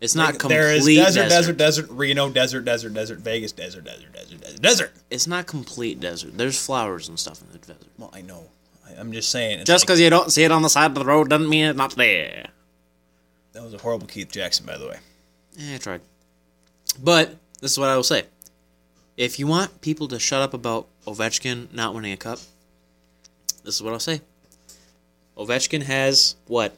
A: It's not complete
B: there is desert,
A: desert.
B: desert, desert, Reno, desert, desert, desert, Vegas, desert, desert, desert, desert, desert.
A: It's not complete desert. There's flowers and stuff in the desert.
B: Well, I know. I, I'm just saying. It's
A: Just
B: like,
A: because you don't see it on the side of the road doesn't mean it's not there.
B: that was a horrible Keith Jackson, by the way.
A: Eh, I tried. But this is what I will say. If you want people to shut up about Ovechkin not winning a cup, this is what I'll say. Ovechkin has what?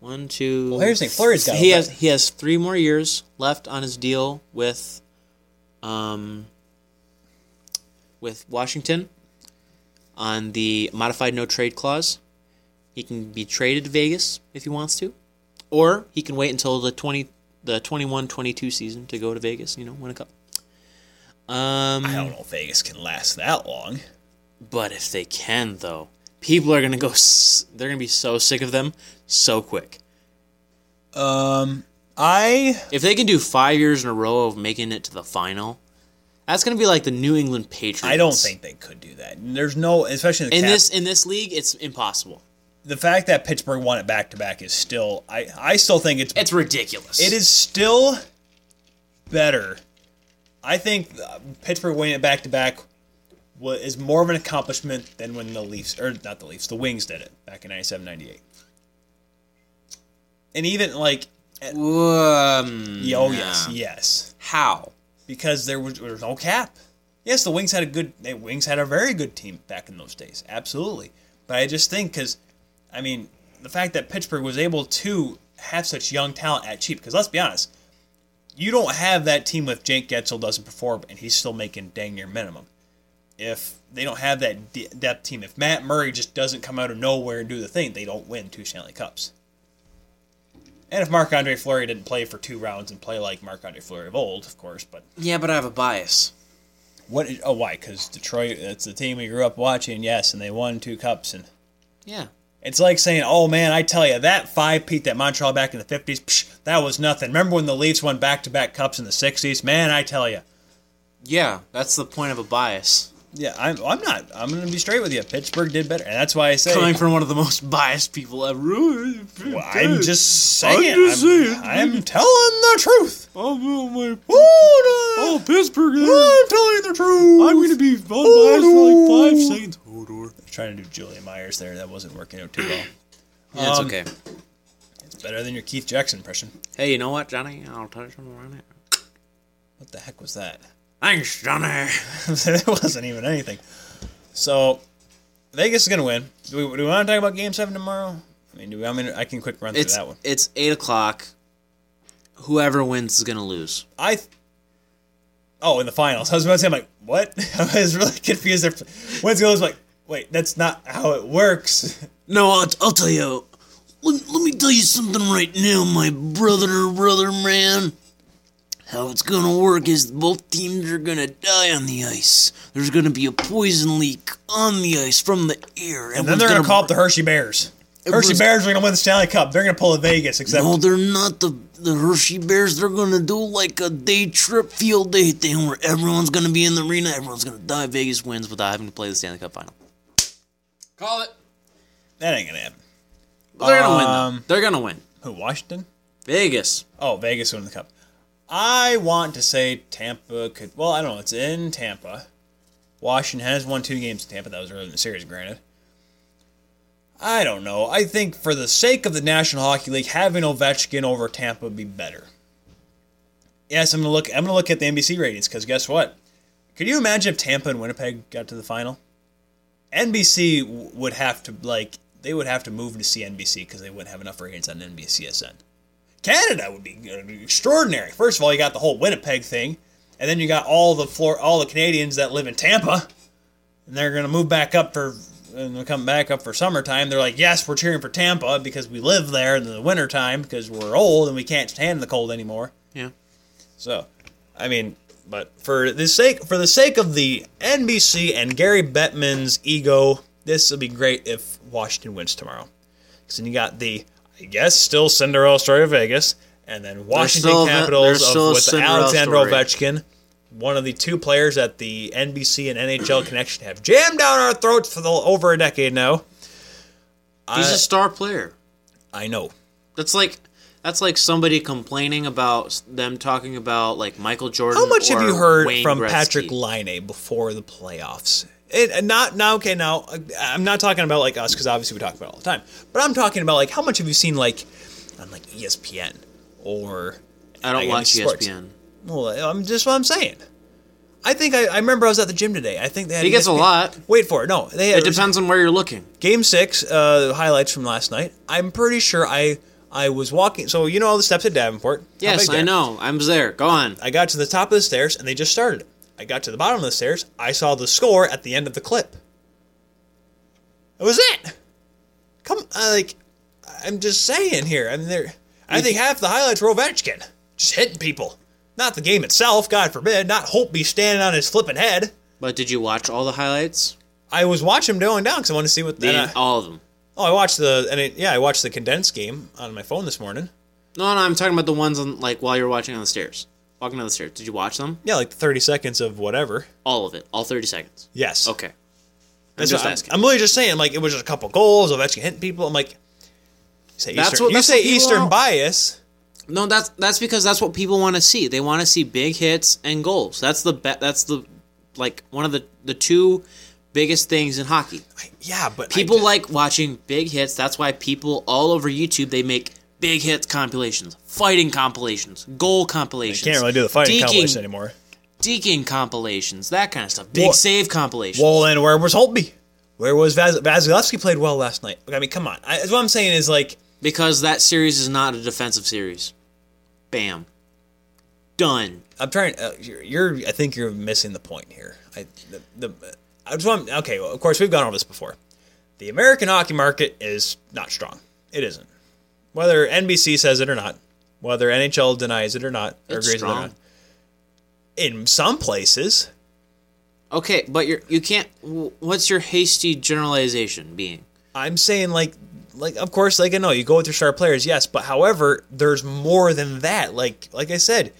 A: One, two.
B: Well, here's the thing. Fleury's got
A: He
B: a-
A: has he has three more years left on his deal with, um, with Washington, on the modified no trade clause. He can be traded to Vegas if he wants to, or he can wait until the 20 the 21-22 season to go to Vegas, you know, win a cup. Um
B: I don't know if Vegas can last that long.
A: but if they can though, people are going to go s- they're going to be so sick of them so quick.
B: Um, I
A: If they can do 5 years in a row of making it to the final, that's going to be like the New England Patriots.
B: I don't think they could do that. And There's no, especially in the
A: in
B: cap-
A: this in this league it's impossible.
B: the fact that Pittsburgh won it back to back is still. I I still think it's
A: It's ridiculous.
B: It is still better. I think uh, Pittsburgh winning it back to back wa- is more of an accomplishment than when the Leafs, or not the Leafs, the Wings did it back in 97, 98. And even like,
A: um,
B: yeah, oh, yes, yes.
A: How?
B: Because there was, there was no cap. Yes, the Wings had a good, the Wings had a very good team back in those days. Absolutely. But I just think, because, I mean, the fact that Pittsburgh was able to have such young talent at cheap, because let's be honest, you don't have that team if Jake Getzel doesn't perform and he's still making dang near minimum. If they don't have that de- depth team, if Matt Murray just doesn't come out of nowhere and do the thing, they don't win two Stanley Cups. And if Marc Andre Fleury didn't play for two rounds and play like Marc Andre Fleury of old, of course, but
A: Yeah, but I have a bias.
B: what? Is, oh, why? Because Detroit, that's the team we grew up watching, yes, and they won two cups. And
A: Yeah.
B: it's like saying, oh man, I tell you, that five peat that Montreal back in the 50s, psh, that was nothing. Remember when the Leafs won back to back cups in the 60s? Man, I tell you.
A: Yeah, that's the point of a bias.
B: Yeah, I'm, I'm not. I'm going to be straight with you. Pittsburgh did better, and that's why I say.
A: Coming from one of the most biased people ever.
B: Well, I'm just saying.
A: I'm just
B: I'm-
A: saying.
B: I'm telling the truth.
A: Oh, oh, my.
B: Oh,
A: Oh,
B: no.
A: Pittsburgh.
B: I'm telling the truth.
A: I'm going to be unbiased for like five seconds. Hodor.
B: trying to do Julia Myers there. That wasn't working out too well.
A: Yeah, it's
B: Um,
A: okay.
B: It's better than your Keith Jackson impression.
A: Hey, you know what, Johnny? I'll tell you something right now.
B: What the heck was that?
A: Thanks, Johnny.
B: that wasn't even anything. So, Vegas is going to win. Do we, do we want to talk about Game Seven tomorrow? I mean, do we, I mean, I can quick run through
A: It's,
B: that one.
A: it's 8 o'clock. Whoever wins is going to lose.
B: I. Th- oh, in the finals. I was about to say, I'm like, what? I was really confused. If When's it was like, wait, that's not how it works.
A: No, I'll, I'll tell you. Let, let me tell you something right now, my brother, brother man. How it's gonna work is both teams are gonna die on the ice. There's gonna be a poison leak on the ice from the air.
B: And then they're going to call up the Hershey Bears. Hershey
A: was-
B: Bears are going to win the Stanley Cup. They're going to pull a Vegas, except
A: No, Oh, they're not the the Hershey Bears. They're gonna do like a day trip field day thing where everyone's gonna be in the arena. Everyone's gonna die. Vegas wins without having to play the Stanley Cup final. Call it.
B: that ain't going to happen.
A: But they're gonna win.
B: Um,
A: Though. They're gonna win.
B: Who, Washington?
A: Vegas.
B: Oh, Vegas winning the cup. I want to say Tampa could. Well, I don't know. It's in Tampa. Washington has won two games in Tampa. That was early in the series, granted. I don't know. I think for the sake of the National Hockey League, having Ovechkin over Tampa would be better. Yes, I'm gonna look. I'm gonna look at the NBC ratings because guess what? Could you imagine if Tampa and Winnipeg got to the final? NBC w- would have to like they would have to move to CNBC because they wouldn't have enough ratings on NBCSN. Canada would be uh, extraordinary. First of all, you got the whole Winnipeg thing, and then you got all the floor, all the Canadians that live in Tampa, and they're gonna move back up for and they'll come back up for summertime. They're like, yes, we're cheering for Tampa because we live there in the wintertime because we're old and we can't stand the cold anymore.
A: Yeah.
B: So, I mean, but for the sake for the sake of the NBC and Gary Bettman's ego, this will be great if Washington wins tomorrow. Because then you got the, I guess, still Cinderella story of Vegas, and then Washington
A: still- there's
B: Capitals
A: still a
B: of, with
A: Cinderella
B: Alexander
A: story.
B: Ovechkin, one of the two players that the NBC and NHL connection have jammed down our throats for the, over a decade now.
A: He's
B: I-
A: a star player.
B: I know.
A: That's like That's like somebody complaining about s- them talking about like Michael Jordan.
B: How much have
A: or
B: you heard
A: Wayne
B: from
A: Gretzky.
B: Patrick Line before the playoffs? It not now. Okay, now uh, I'm not talking about like us because obviously we talk about it all the time. But I'm talking about like how much have you seen like on like E ESPN or
A: I don't
B: like,
A: watch E
B: NBC Sports?
A: ESPN.
B: Well, I'm just what I'm saying. I think I, I remember I was at the gym today. I think they had E
A: He gets a
B: ESPN.
A: lot.
B: Wait for it. No, they had
A: It depends on where you're looking.
B: Game six, uh, highlights from last night. I'm pretty sure I I was walking. So you know all the steps at Davenport. How
A: Yes,
B: big they
A: I
B: are.
A: know. I'm there. Go on.
B: I got to the top of the stairs and they just started. I got to the bottom of the stairs. I saw the score at the end of the clip. That was it. Come, I, like, I'm just saying here. I mean, there. I think half the highlights were Ovechkin just hitting people, not the game itself. God forbid. Not Hope be standing on his flipping head.
A: But did you watch all the highlights?
B: I was watching him going down because I wanted to see what.
A: The-
B: and I-
A: all of them.
B: oh, I watched the and it, yeah, I watched the condensed game on my phone this morning.
A: No, no, I'm talking about the ones on like while you're watching on the stairs, walking down the stairs. Did you watch them?
B: Yeah, like 30 seconds of whatever.
A: All of it, all 30 seconds.
B: Yes.
A: Okay.
B: That's
A: just
B: what I'm,
A: asking.
B: I'm literally just saying, like, it was just a couple goals. Ovechkin hitting people. I'm like, you say
A: That's
B: Eastern,
A: what-
B: you
A: that's
B: say
A: what people
B: Eastern
A: want.
B: bias.
A: No, that's that's because that's what people want to see. They want to see big hits and goals. That's the be- that's the like one of the the two biggest things in hockey.
B: Yeah, but I
A: People
B: d-
A: like watching big hits. That's why people all over YouTube they make big hits compilations, fighting compilations, goal compilations.
B: can't really do the fighting
A: deking-
B: compilation anymore.
A: Deking compilations, that kind of stuff. Big
B: Well-
A: save compilations.
B: Well, and where was Holtby? Where was Vaz- Vasilevsky? Played well last night. I mean, come on. I, that's what I'm saying is like,
A: because that series is not a defensive series. Bam. Done.
B: I'm trying. Uh, you're, you're, I think you're missing the point here. I, the, the, I just want. Okay, well, of course we've gone over this before. The American hockey market is not strong. It isn't. Whether NBC says it or not, whether NHL denies it or not, or
A: It's
B: agrees with it or
A: strong.
B: not. In some places,
A: Okay, but you're you can't. wh- What's your hasty generalization being?
B: I'm saying like, like of course, like I know you go with your star players, yes, but however, there's more than that. Like, like I said,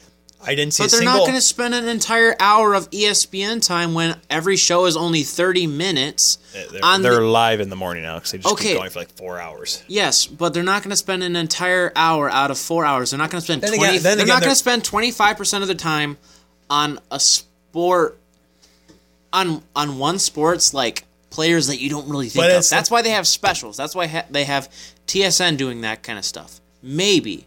B: I didn't see
A: But
B: a
A: they're
B: single.
A: not going to spend an entire hour of E ESPN time when every show is only thirty minutes.
B: Eh, they're
A: on the-
B: they're live in the morning now because they just
A: Okay.
B: keep going for like four hours.
A: Yes, but they're not going to spend an entire hour out of four hours. They're not going to spend
B: Then
A: twenty.
B: again- then
A: they're
B: again,
A: not going
B: they're-
A: to spend twenty five percent of their time on a sport on on one sport's like players that you don't really think of.
B: But it's-
A: That's why they have specials. That's why ha- they have TSN doing that kind of stuff. Maybe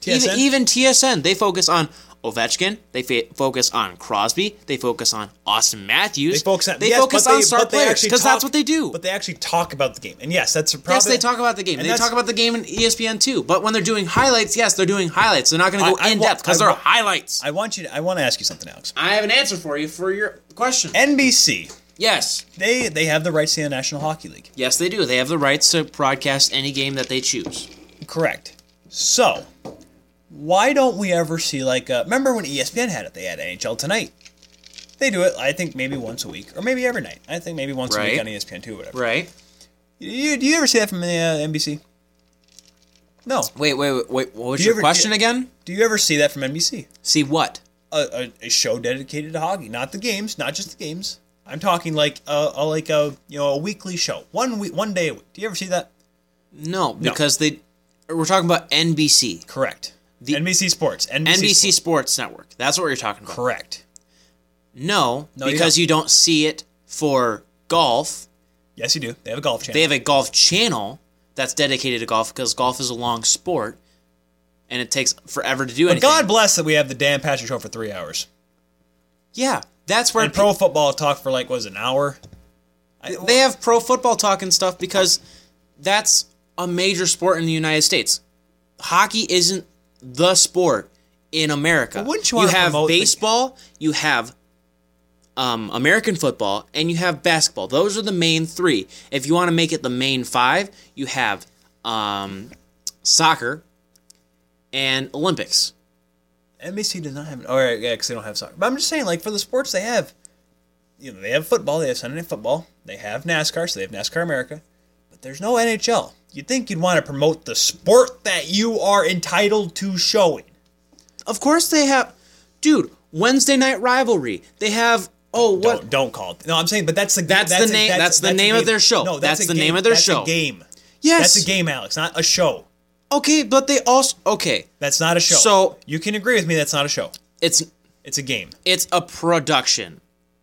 B: TSN?
A: Even, even TSN they focus on. Ovechkin, they fa- focus on Crosby, they focus on Austin Matthews,
B: They focus on
A: they
B: yes,
A: focus
B: but
A: on
B: they-
A: star
B: but they
A: players
B: actually
A: because that's
B: talk-
A: what they do.
B: But they actually talk about the game, and yes, that's probably
A: Yes, they talk about the game.
B: and
A: They
B: that's-
A: talk about the game in E ESPN too. But when they're doing highlights, yes, they're doing highlights. They're not going to go
B: I- I
A: in
B: wa-
A: depth because
B: I
A: they're
B: wa-
A: highlights. I,
B: I want you. To, I want to ask you something, Alex.
A: have an answer for you for your question.
B: NBC,
A: yes,
B: they they have the rights to the National Hockey League,
A: yes, they do. They have the rights to broadcast any game that they choose.
B: correct? So, why don't we ever see like? uh remember when ESPN had it? They had NHL Tonight. They do it, I think, maybe once a week or maybe every night. I think maybe once a
A: Right.
B: week on E ESPN two, whatever.
A: Right?
B: You, do you ever see that from the uh, NBC? No.
A: Wait, wait, wait. wait what was
B: you
A: your
B: ever-
A: question
B: do-
A: again?
B: Do you ever see that from NBC?
A: See what?
B: a, a, a show dedicated to hockey, not the games, not just the games. I'm talking like a, a like a you know a weekly show, one week, one day a week. Do you ever see that?
A: No, because they. We're talking about NBC,
B: Correct. The, NBC Sports, NBC,
A: NBC
B: Sports.
A: Sports Network. That's what you're talking about.
B: Correct.
A: No,
B: you
A: because
B: don't.
A: you don't see it for golf.
B: Yes, you do. They have a golf channel.
A: They have a golf channel that's dedicated to golf because golf is a long sport and it takes forever to do
B: but
A: anything.
B: God bless that we have the Dan Patrick show for three hours
A: yeah, that's where
B: and pro football talk for like was an hour.
A: pe- they have pro football talk and stuff because that's a major sport in the United States. Hockey isn't the sport in America.
B: wouldn't you wanna
A: have
B: promote the-
A: baseball, you have um, American football, and you have basketball. Those are the main three. If you want to make it the main five, you have um, soccer and Olympics.
B: NBC does not have. All right, yeah, because they don't have soccer. But I'm just saying, like for the sports they have, you know, they have football. They have Sunday Night Football. They have NASCAR, so they have NASCAR America. But there's no NHL. You'd think you'd want to promote the sport that you are entitled to showing.
A: Of course they have, dude. Wednesday night rivalry. They have. Oh, what?
B: Don't, don't call it. No, I'm saying, but that's the
A: That's the name- that's the
B: a
A: name of
B: game.
A: their show.
B: No, that's,
A: That's
B: a
A: the name
B: game.
A: of their
B: That's
A: show.
B: A game.
A: yes.
B: That's a game, Alex, not a show.
A: Okay, but they also okay.
B: That's not a show.
A: So-
B: you can agree with me. That's not a show.
A: It's
B: It's a game.
A: it's a production.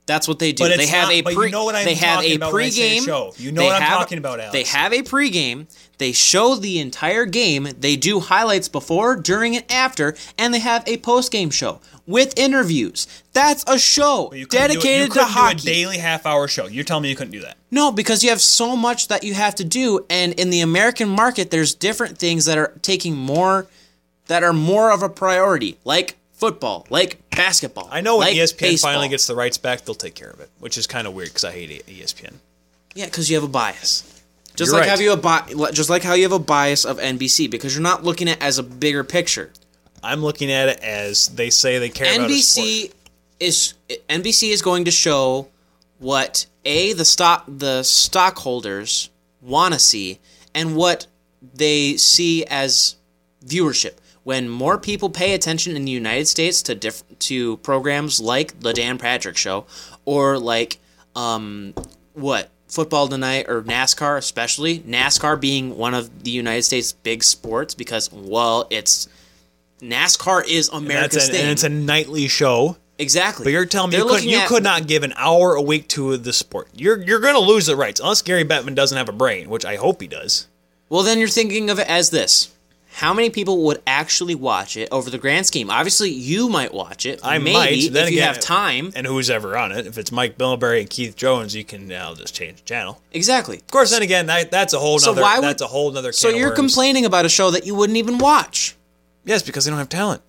A: That's what they do.
B: But it's
A: they have
B: not-
A: a
B: but
A: pre.
B: you know what I'm
A: they have
B: talking
A: a
B: about when I say
A: pregame
B: show. You know
A: They
B: what I'm
A: have-
B: talking about, Alex.
A: They have a pregame. They show the entire game. They do highlights before, during, and after, and they have a postgame show with interviews. That's a show
B: You couldn't do it- you
A: dedicated to
B: couldn't do
A: hockey.
B: A daily half hour show. You're telling me you couldn't do that.
A: No, because you have so much that you have to do, and in the American market, there's different things that are taking more, that are more of a priority, like football, like basketball.
B: I know when E
A: like
B: ESPN finally
A: baseball.
B: gets the rights back, they'll take care of it, which is kind of weird because I hate E- ESPN.
A: Yeah, because you have a bias. Just
B: You're
A: like
B: right.
A: have you a bi- just like how you have a bias of NBC because you're not looking at it as a bigger picture.
B: I'm looking at it as they say they care about a sport.
A: NBC is NBC is going to show what a the stock the stockholders want to see and what they see as viewership. When more people pay attention in the United States to diff- to programs like the Dan Patrick Show or like um what football tonight or NASCAR especially NASCAR being one of the United States big sports because well it's NASCAR is America's
B: That's an,
A: thing.
B: and it's a nightly show.
A: Exactly.
B: But you're telling me
A: They're
B: you, could,
A: looking
B: you
A: at-
B: could not give an hour a week to the sport. You're you're going to lose the rights unless Gary Bettman doesn't have a brain, which I hope he does.
A: Well, then you're thinking of it as this: How many people would actually watch it over the grand scheme? Obviously, you might watch it.
B: I
A: maybe
B: might. Then
A: if you
B: again,
A: have time.
B: And who's ever on it? If it's Mike Bilberry and Keith Jones, you can now just change the channel.
A: Exactly.
B: Of course, then again, that, that's a whole.
A: So
B: nother,
A: why would-
B: that's a whole nother.
A: So
B: can of
A: you're
B: worms.
A: complaining about a show that you wouldn't even watch.
B: Yes, because they don't have talent.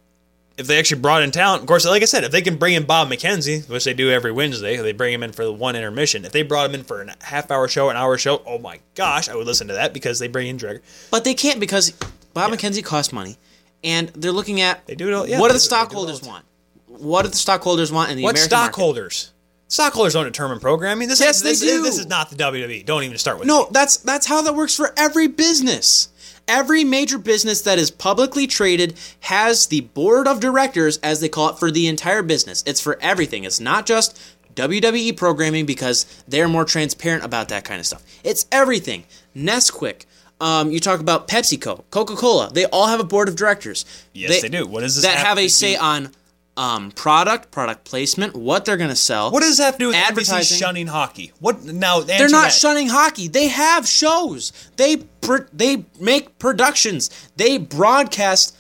B: If they actually brought in talent, of course, like I said, if they can bring in Bob McKenzie, which they do every Wednesday, they bring him in for the one intermission. If they brought him in for a half hour show, an hour show, oh my gosh, I would listen to that because they bring in Dreger.
A: But they can't because Bob McKenzie costs money, and they're looking at
B: They do it all- yeah,
A: what do the
B: they- they do it all
A: stockholders
B: the time.
A: want? What do the stockholders want in the
B: What
A: American market?
B: stockholders? Stockholders don't determine programming. This
A: Yes,
B: is,
A: they
B: this,
A: do.
B: Is, this is not the WWE. Don't even start with
A: No, that's that's how that works for every business. Every major business that is publicly traded has the board of directors, as they call it, for the entire business. It's for everything. It's not just WWE programming because they're more transparent about that kind of stuff. It's everything. Nesquik. Um, you talk about PepsiCo, Coca Cola. They all have a board of directors.
B: Yes, they do. What does this
A: that
B: have
A: have
B: to
A: a
B: do-
A: say on um, product, product placement, what they're going to sell?
B: What does that have to do with NBC
A: Advertising.
B: shunning hockey? What now?
A: They're not shunning hockey. They have shows. They pr- they make productions. They broadcast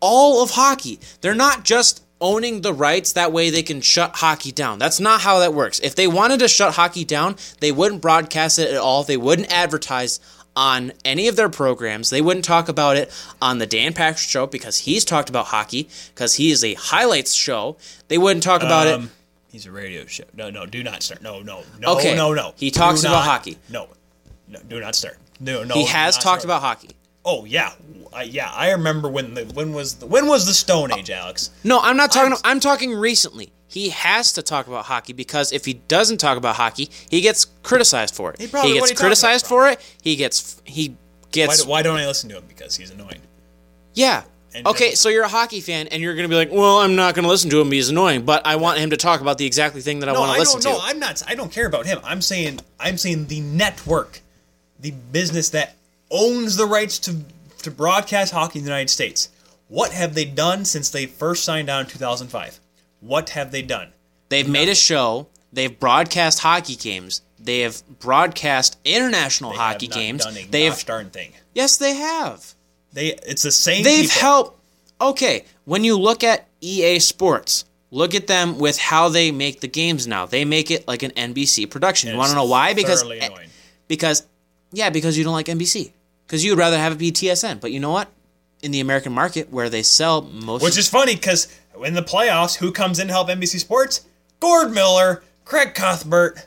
A: all of hockey. They're not just owning the rights that way they can shut hockey down. That's not how that works. If they wanted to shut hockey down, they wouldn't broadcast it at all. They wouldn't advertise on any of their programs. They wouldn't talk about it on the Dan Patrick show because he's talked about hockey because he is a highlights show. They wouldn't talk about it.
B: He's a radio show. No, no, do not start. No, no, no,
A: Okay.
B: no, no.
A: He talks
B: Do
A: about
B: not-
A: hockey.
B: No, no, do not start. No, no.
A: He
B: do
A: has
B: not
A: talked
B: start.
A: about hockey.
B: Oh yeah, uh, yeah. I remember when the when was the, when was the Stone Age, Alex?
A: No, I'm not talking.
B: I'm-
A: I'm, talking recently. He has to talk about hockey because if he doesn't talk about hockey, he gets criticized for it. He,
B: probably- what
A: gets
B: are you talking
A: criticized
B: about,
A: for it. He gets he
B: Why,
A: gets
B: do- why don't I listen to him? Because he's annoying.
A: yeah.
B: And
A: Okay,
B: then-
A: so you're a hockey fan and you're going to be like, "Well, I'm not going to listen to him. He's annoying, but I want him to talk about the exactly thing that I
B: No,
A: want
B: I
A: to listen
B: don't.
A: to."
B: No, I'm not. I don't care about him. I'm saying I'm saying the network, the business that owns the rights to to broadcast hockey in the United States. What have they done since they first signed on in 2005? What have they done?
A: They've made a show. They've broadcast hockey games. They have broadcast international
B: They
A: hockey
B: have not
A: games.
B: Done a
A: They have
B: gosh darn thing.
A: yes, they have.
B: They it's the same.
A: They've
B: people.
A: helped. Okay, when you look at EA Sports, look at them with how they make the games now. They make it like an NBC production. You
B: And
A: want to
B: it's
A: know why? Because eh,
B: thoroughly annoying.
A: because yeah, because you don't like NBC. Because you would rather have it be TSN. But you know what? In the American market, where they sell most,
B: Which is funny because in the playoffs, who comes in to help NBC Sports? Gord Miller, Craig Cuthbert,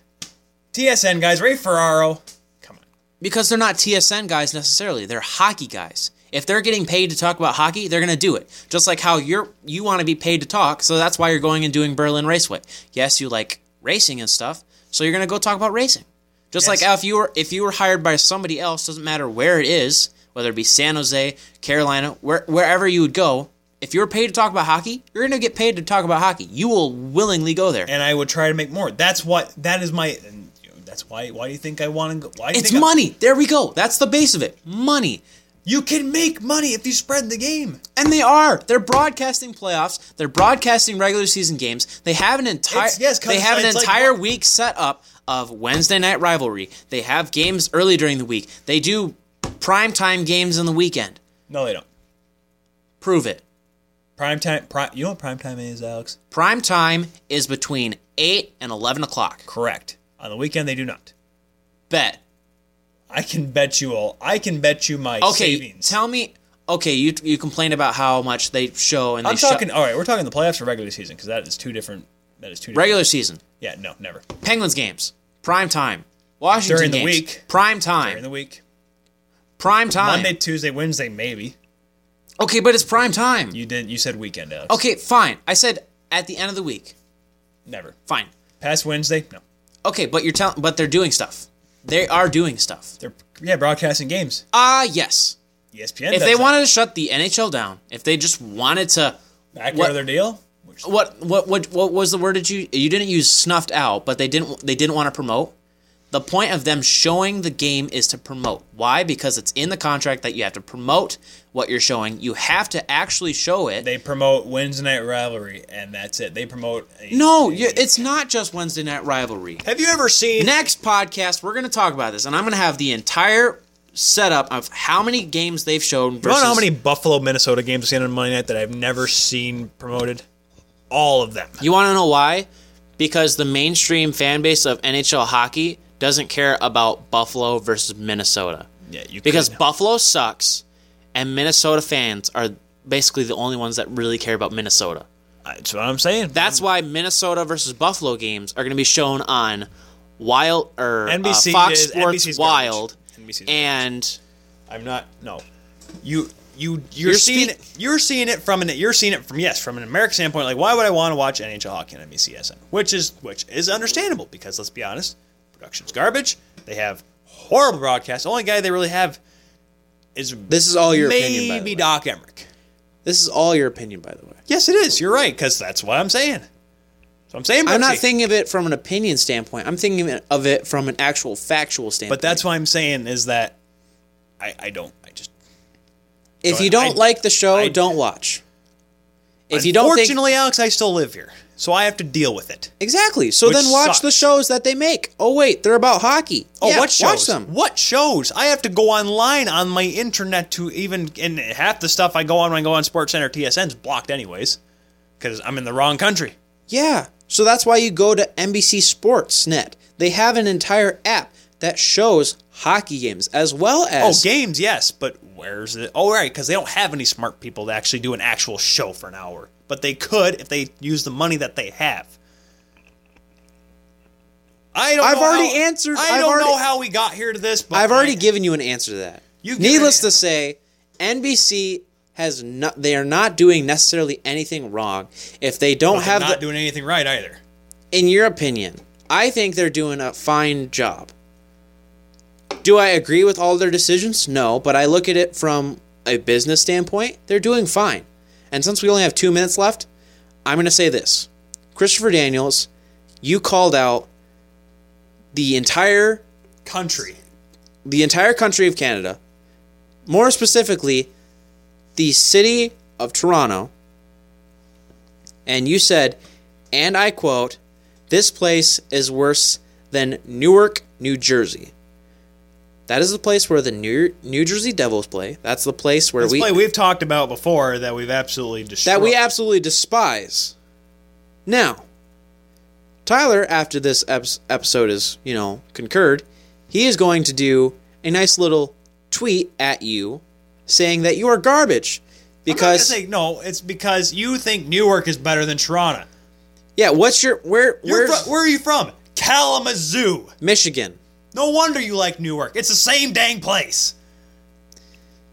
B: TSN guys, Ray Ferraro. Come on.
A: because they're not TSN guys necessarily. They're hockey guys. If they're getting paid to talk about hockey, they're gonna do it. Just like how you're you want to be paid to talk, so that's why you're going and doing Berlin Raceway. Yes, you like racing and stuff, so you're gonna go talk about racing. Just
B: Yes.
A: like if you were if you were hired by somebody else, doesn't matter where it is, whether it be San Jose, Carolina, where, wherever you would go. If you're paid to talk about hockey, you're gonna get paid to talk about hockey. You will willingly go there.
B: And I would try to make more. That's what. That is my. And you know, that's why. Why do you think I want to go? Why do you
A: It's
B: think I-
A: money. there we go. That's the base of it. Money.
B: You can make money if you spread the game.
A: And they are. They're broadcasting playoffs. They're broadcasting regular season games. They have an entire
B: It's- yes, 'cause
A: they have an
B: it's like-
A: entire week set up of Wednesday night rivalry. They have games early during the week. They do prime time games in the weekend.
B: No, they don't.
A: Prove it.
B: Prime time. Prime, you know what prime time is, Alex?
A: Prime time is between eight and eleven o'clock.
B: Correct. On the weekend, they do not.
A: Bet.
B: I can bet you all. I can bet you my
A: Okay,
B: savings.
A: tell me. Okay, you you complained about how much they show and they
B: I'm
A: show-
B: talking. All right, we're talking the playoffs or regular season because that is two different. That is two different.
A: regular season.
B: yeah, no, never
A: Penguins games, prime time. Washington
B: During the
A: games,
B: week.
A: prime time.
B: during the week.
A: prime time.
B: Monday, Tuesday, Wednesday, maybe.
A: Okay, but it's prime time.
B: You didn't. You said weekend, Alex.
A: Okay, fine. I said at the end of the week.
B: Never.
A: Fine.
B: Past Wednesday, no.
A: Okay, but you're telling, but they're doing stuff. They are doing stuff.
B: They're yeah broadcasting games. E
A: Ah, yes.
B: ESPN.
A: If
B: does
A: they
B: that.
A: wanted to shut the NHL down, if they just wanted to,
B: back
A: what-
B: out of their deal, which
A: what what what what was the word that you you didn't use snuffed out, but they didn't they didn't want to promote. The point of them showing the game is to promote. Why? Because it's in the contract that you have to promote what you're showing. You have to actually show it.
B: they promote Wednesday night rivalry, and that's it. They promote. A,
A: no,
B: a-
A: you it's not just Wednesday night rivalry.
B: Have you ever seen?
A: next podcast we're going to talk about this and i'm going to have the entire setup of how many games they've shown
B: Do you
A: versus
B: know how many Buffalo, Minnesota games I've seen on Monday night that I've never seen promoted? All of them.
A: you want to know why because the mainstream fan base of nhl hockey doesn't care about buffalo versus minnesota
B: Yeah, you
A: because
B: could.
A: buffalo sucks and minnesota fans are basically the only ones that really care about minnesota
B: that's what I'm saying.
A: that's why minnesota versus buffalo games are going to be shown on wild or uh,
B: NBC
A: fox
B: is-
A: sports
B: NBC's garbage.
A: wild
B: NBC's garbage.
A: and
B: I'm not. No, you you you're,
A: You're
B: seeing
A: speak-
B: it, you're seeing it from an you're seeing it from yes from an American standpoint. Like why would I want to watch NHL hockey on E NBCSN? Which is which is understandable because let's be honest, production's garbage. They have horrible broadcasts. The only guy they really have is
A: this is all your
B: maybe
A: opinion by the way.
B: Doc Emmerich.
A: This is all your opinion, by the way.
B: Yes, it is. You're right because that's what I'm saying. So I'm saying
A: I'm not
B: Brooksy.
A: thinking of it from an opinion standpoint. I'm thinking of it from an actual factual standpoint.
B: But that's what I'm saying is that I I don't I just
A: if you don't
B: I-
A: like the show,
B: I-
A: don't watch. If you don't think
B: unfortunately Alex I still live here so I have to deal with it.
A: exactly, so
B: Which
A: then watch
B: sucks.
A: the shows that they make. Oh wait, they're about hockey.
B: Oh,
A: Yeah,
B: what shows?
A: Watch them.
B: What shows? I have to go online on my internet to even, and half the stuff I go on when I go on SportsCenter TSN's blocked anyways, because I'm in the wrong country.
A: Yeah. So that's why you go to NBC Sportsnet. They have an entire app that shows hockey games as well
B: Oh,
A: as
B: games, yes, but where's it? Oh, right, because they don't have any smart people to actually do an actual show for an hour, but they could if they use the money that they have. I don't.
A: I've
B: know
A: already
B: how-
A: answered-
B: I
A: I've
B: don't
A: already-
B: know how we got here to this, but
A: I've
B: I-
A: already given you an answer to that.
B: You've given
A: Needless
B: an
A: to say, NBC has not. They are not doing necessarily anything wrong if they don't
B: they're
A: have.
B: not
A: The,
B: doing anything right either.
A: in your opinion, I think they're doing a fine job. Do I agree with all their decisions? No, but I look at it from a business standpoint. They're doing fine. And since we only have two minutes left, I'm going to say this Christopher Daniels, you called out the entire
B: Country.
A: the entire country of Canada, more specifically, the city of Toronto. And you said, and I quote, this place is worse than Newark, New Jersey. That is the place where the New, New Jersey Devils play. That's the place where
B: It's
A: we
B: play we've talked about before that we've absolutely destroyed.
A: that we absolutely despise. Now, Tyler, after this eps episode is, you know, concurred, he is going to do a nice little tweet at you saying that you are garbage. Because,
B: I'm not gonna say no. It's because you think Newark is better than Toronto.
A: yeah, what's your, where,
B: You're
A: where's
B: fro- where are you from? Kalamazoo.
A: Michigan?
B: No wonder you like Newark. It's the same dang place.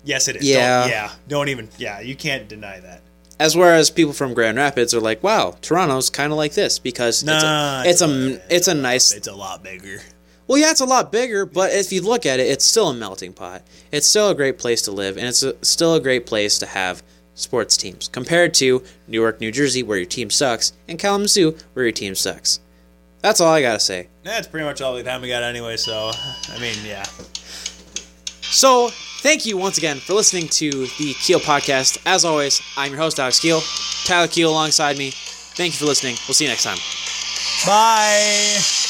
B: Yes, it is.
A: Yeah.
B: Don't, yeah. Don't even. Yeah, you can't deny that.
A: As whereas people from Grand Rapids are like, wow, Toronto's kind of like this because
B: Nah,
A: it's a, it's a, it's a nice
B: It's a lot bigger.
A: Well, yeah, it's a lot bigger, but if you look at it, it's still a melting pot. It's still a great place to live, and it's a, still a great place to have sports teams compared to Newark, New Jersey, where your team sucks, and Kalamazoo, where your team sucks. That's all I gotta say.
B: That's pretty much all the time we got anyway. So, I mean, yeah.
A: So, thank you once again for listening to the Keel podcast. As always, I'm your host, Alex Keel. Tyler Keel alongside me. Thank you for listening. We'll see you next time.
B: Bye.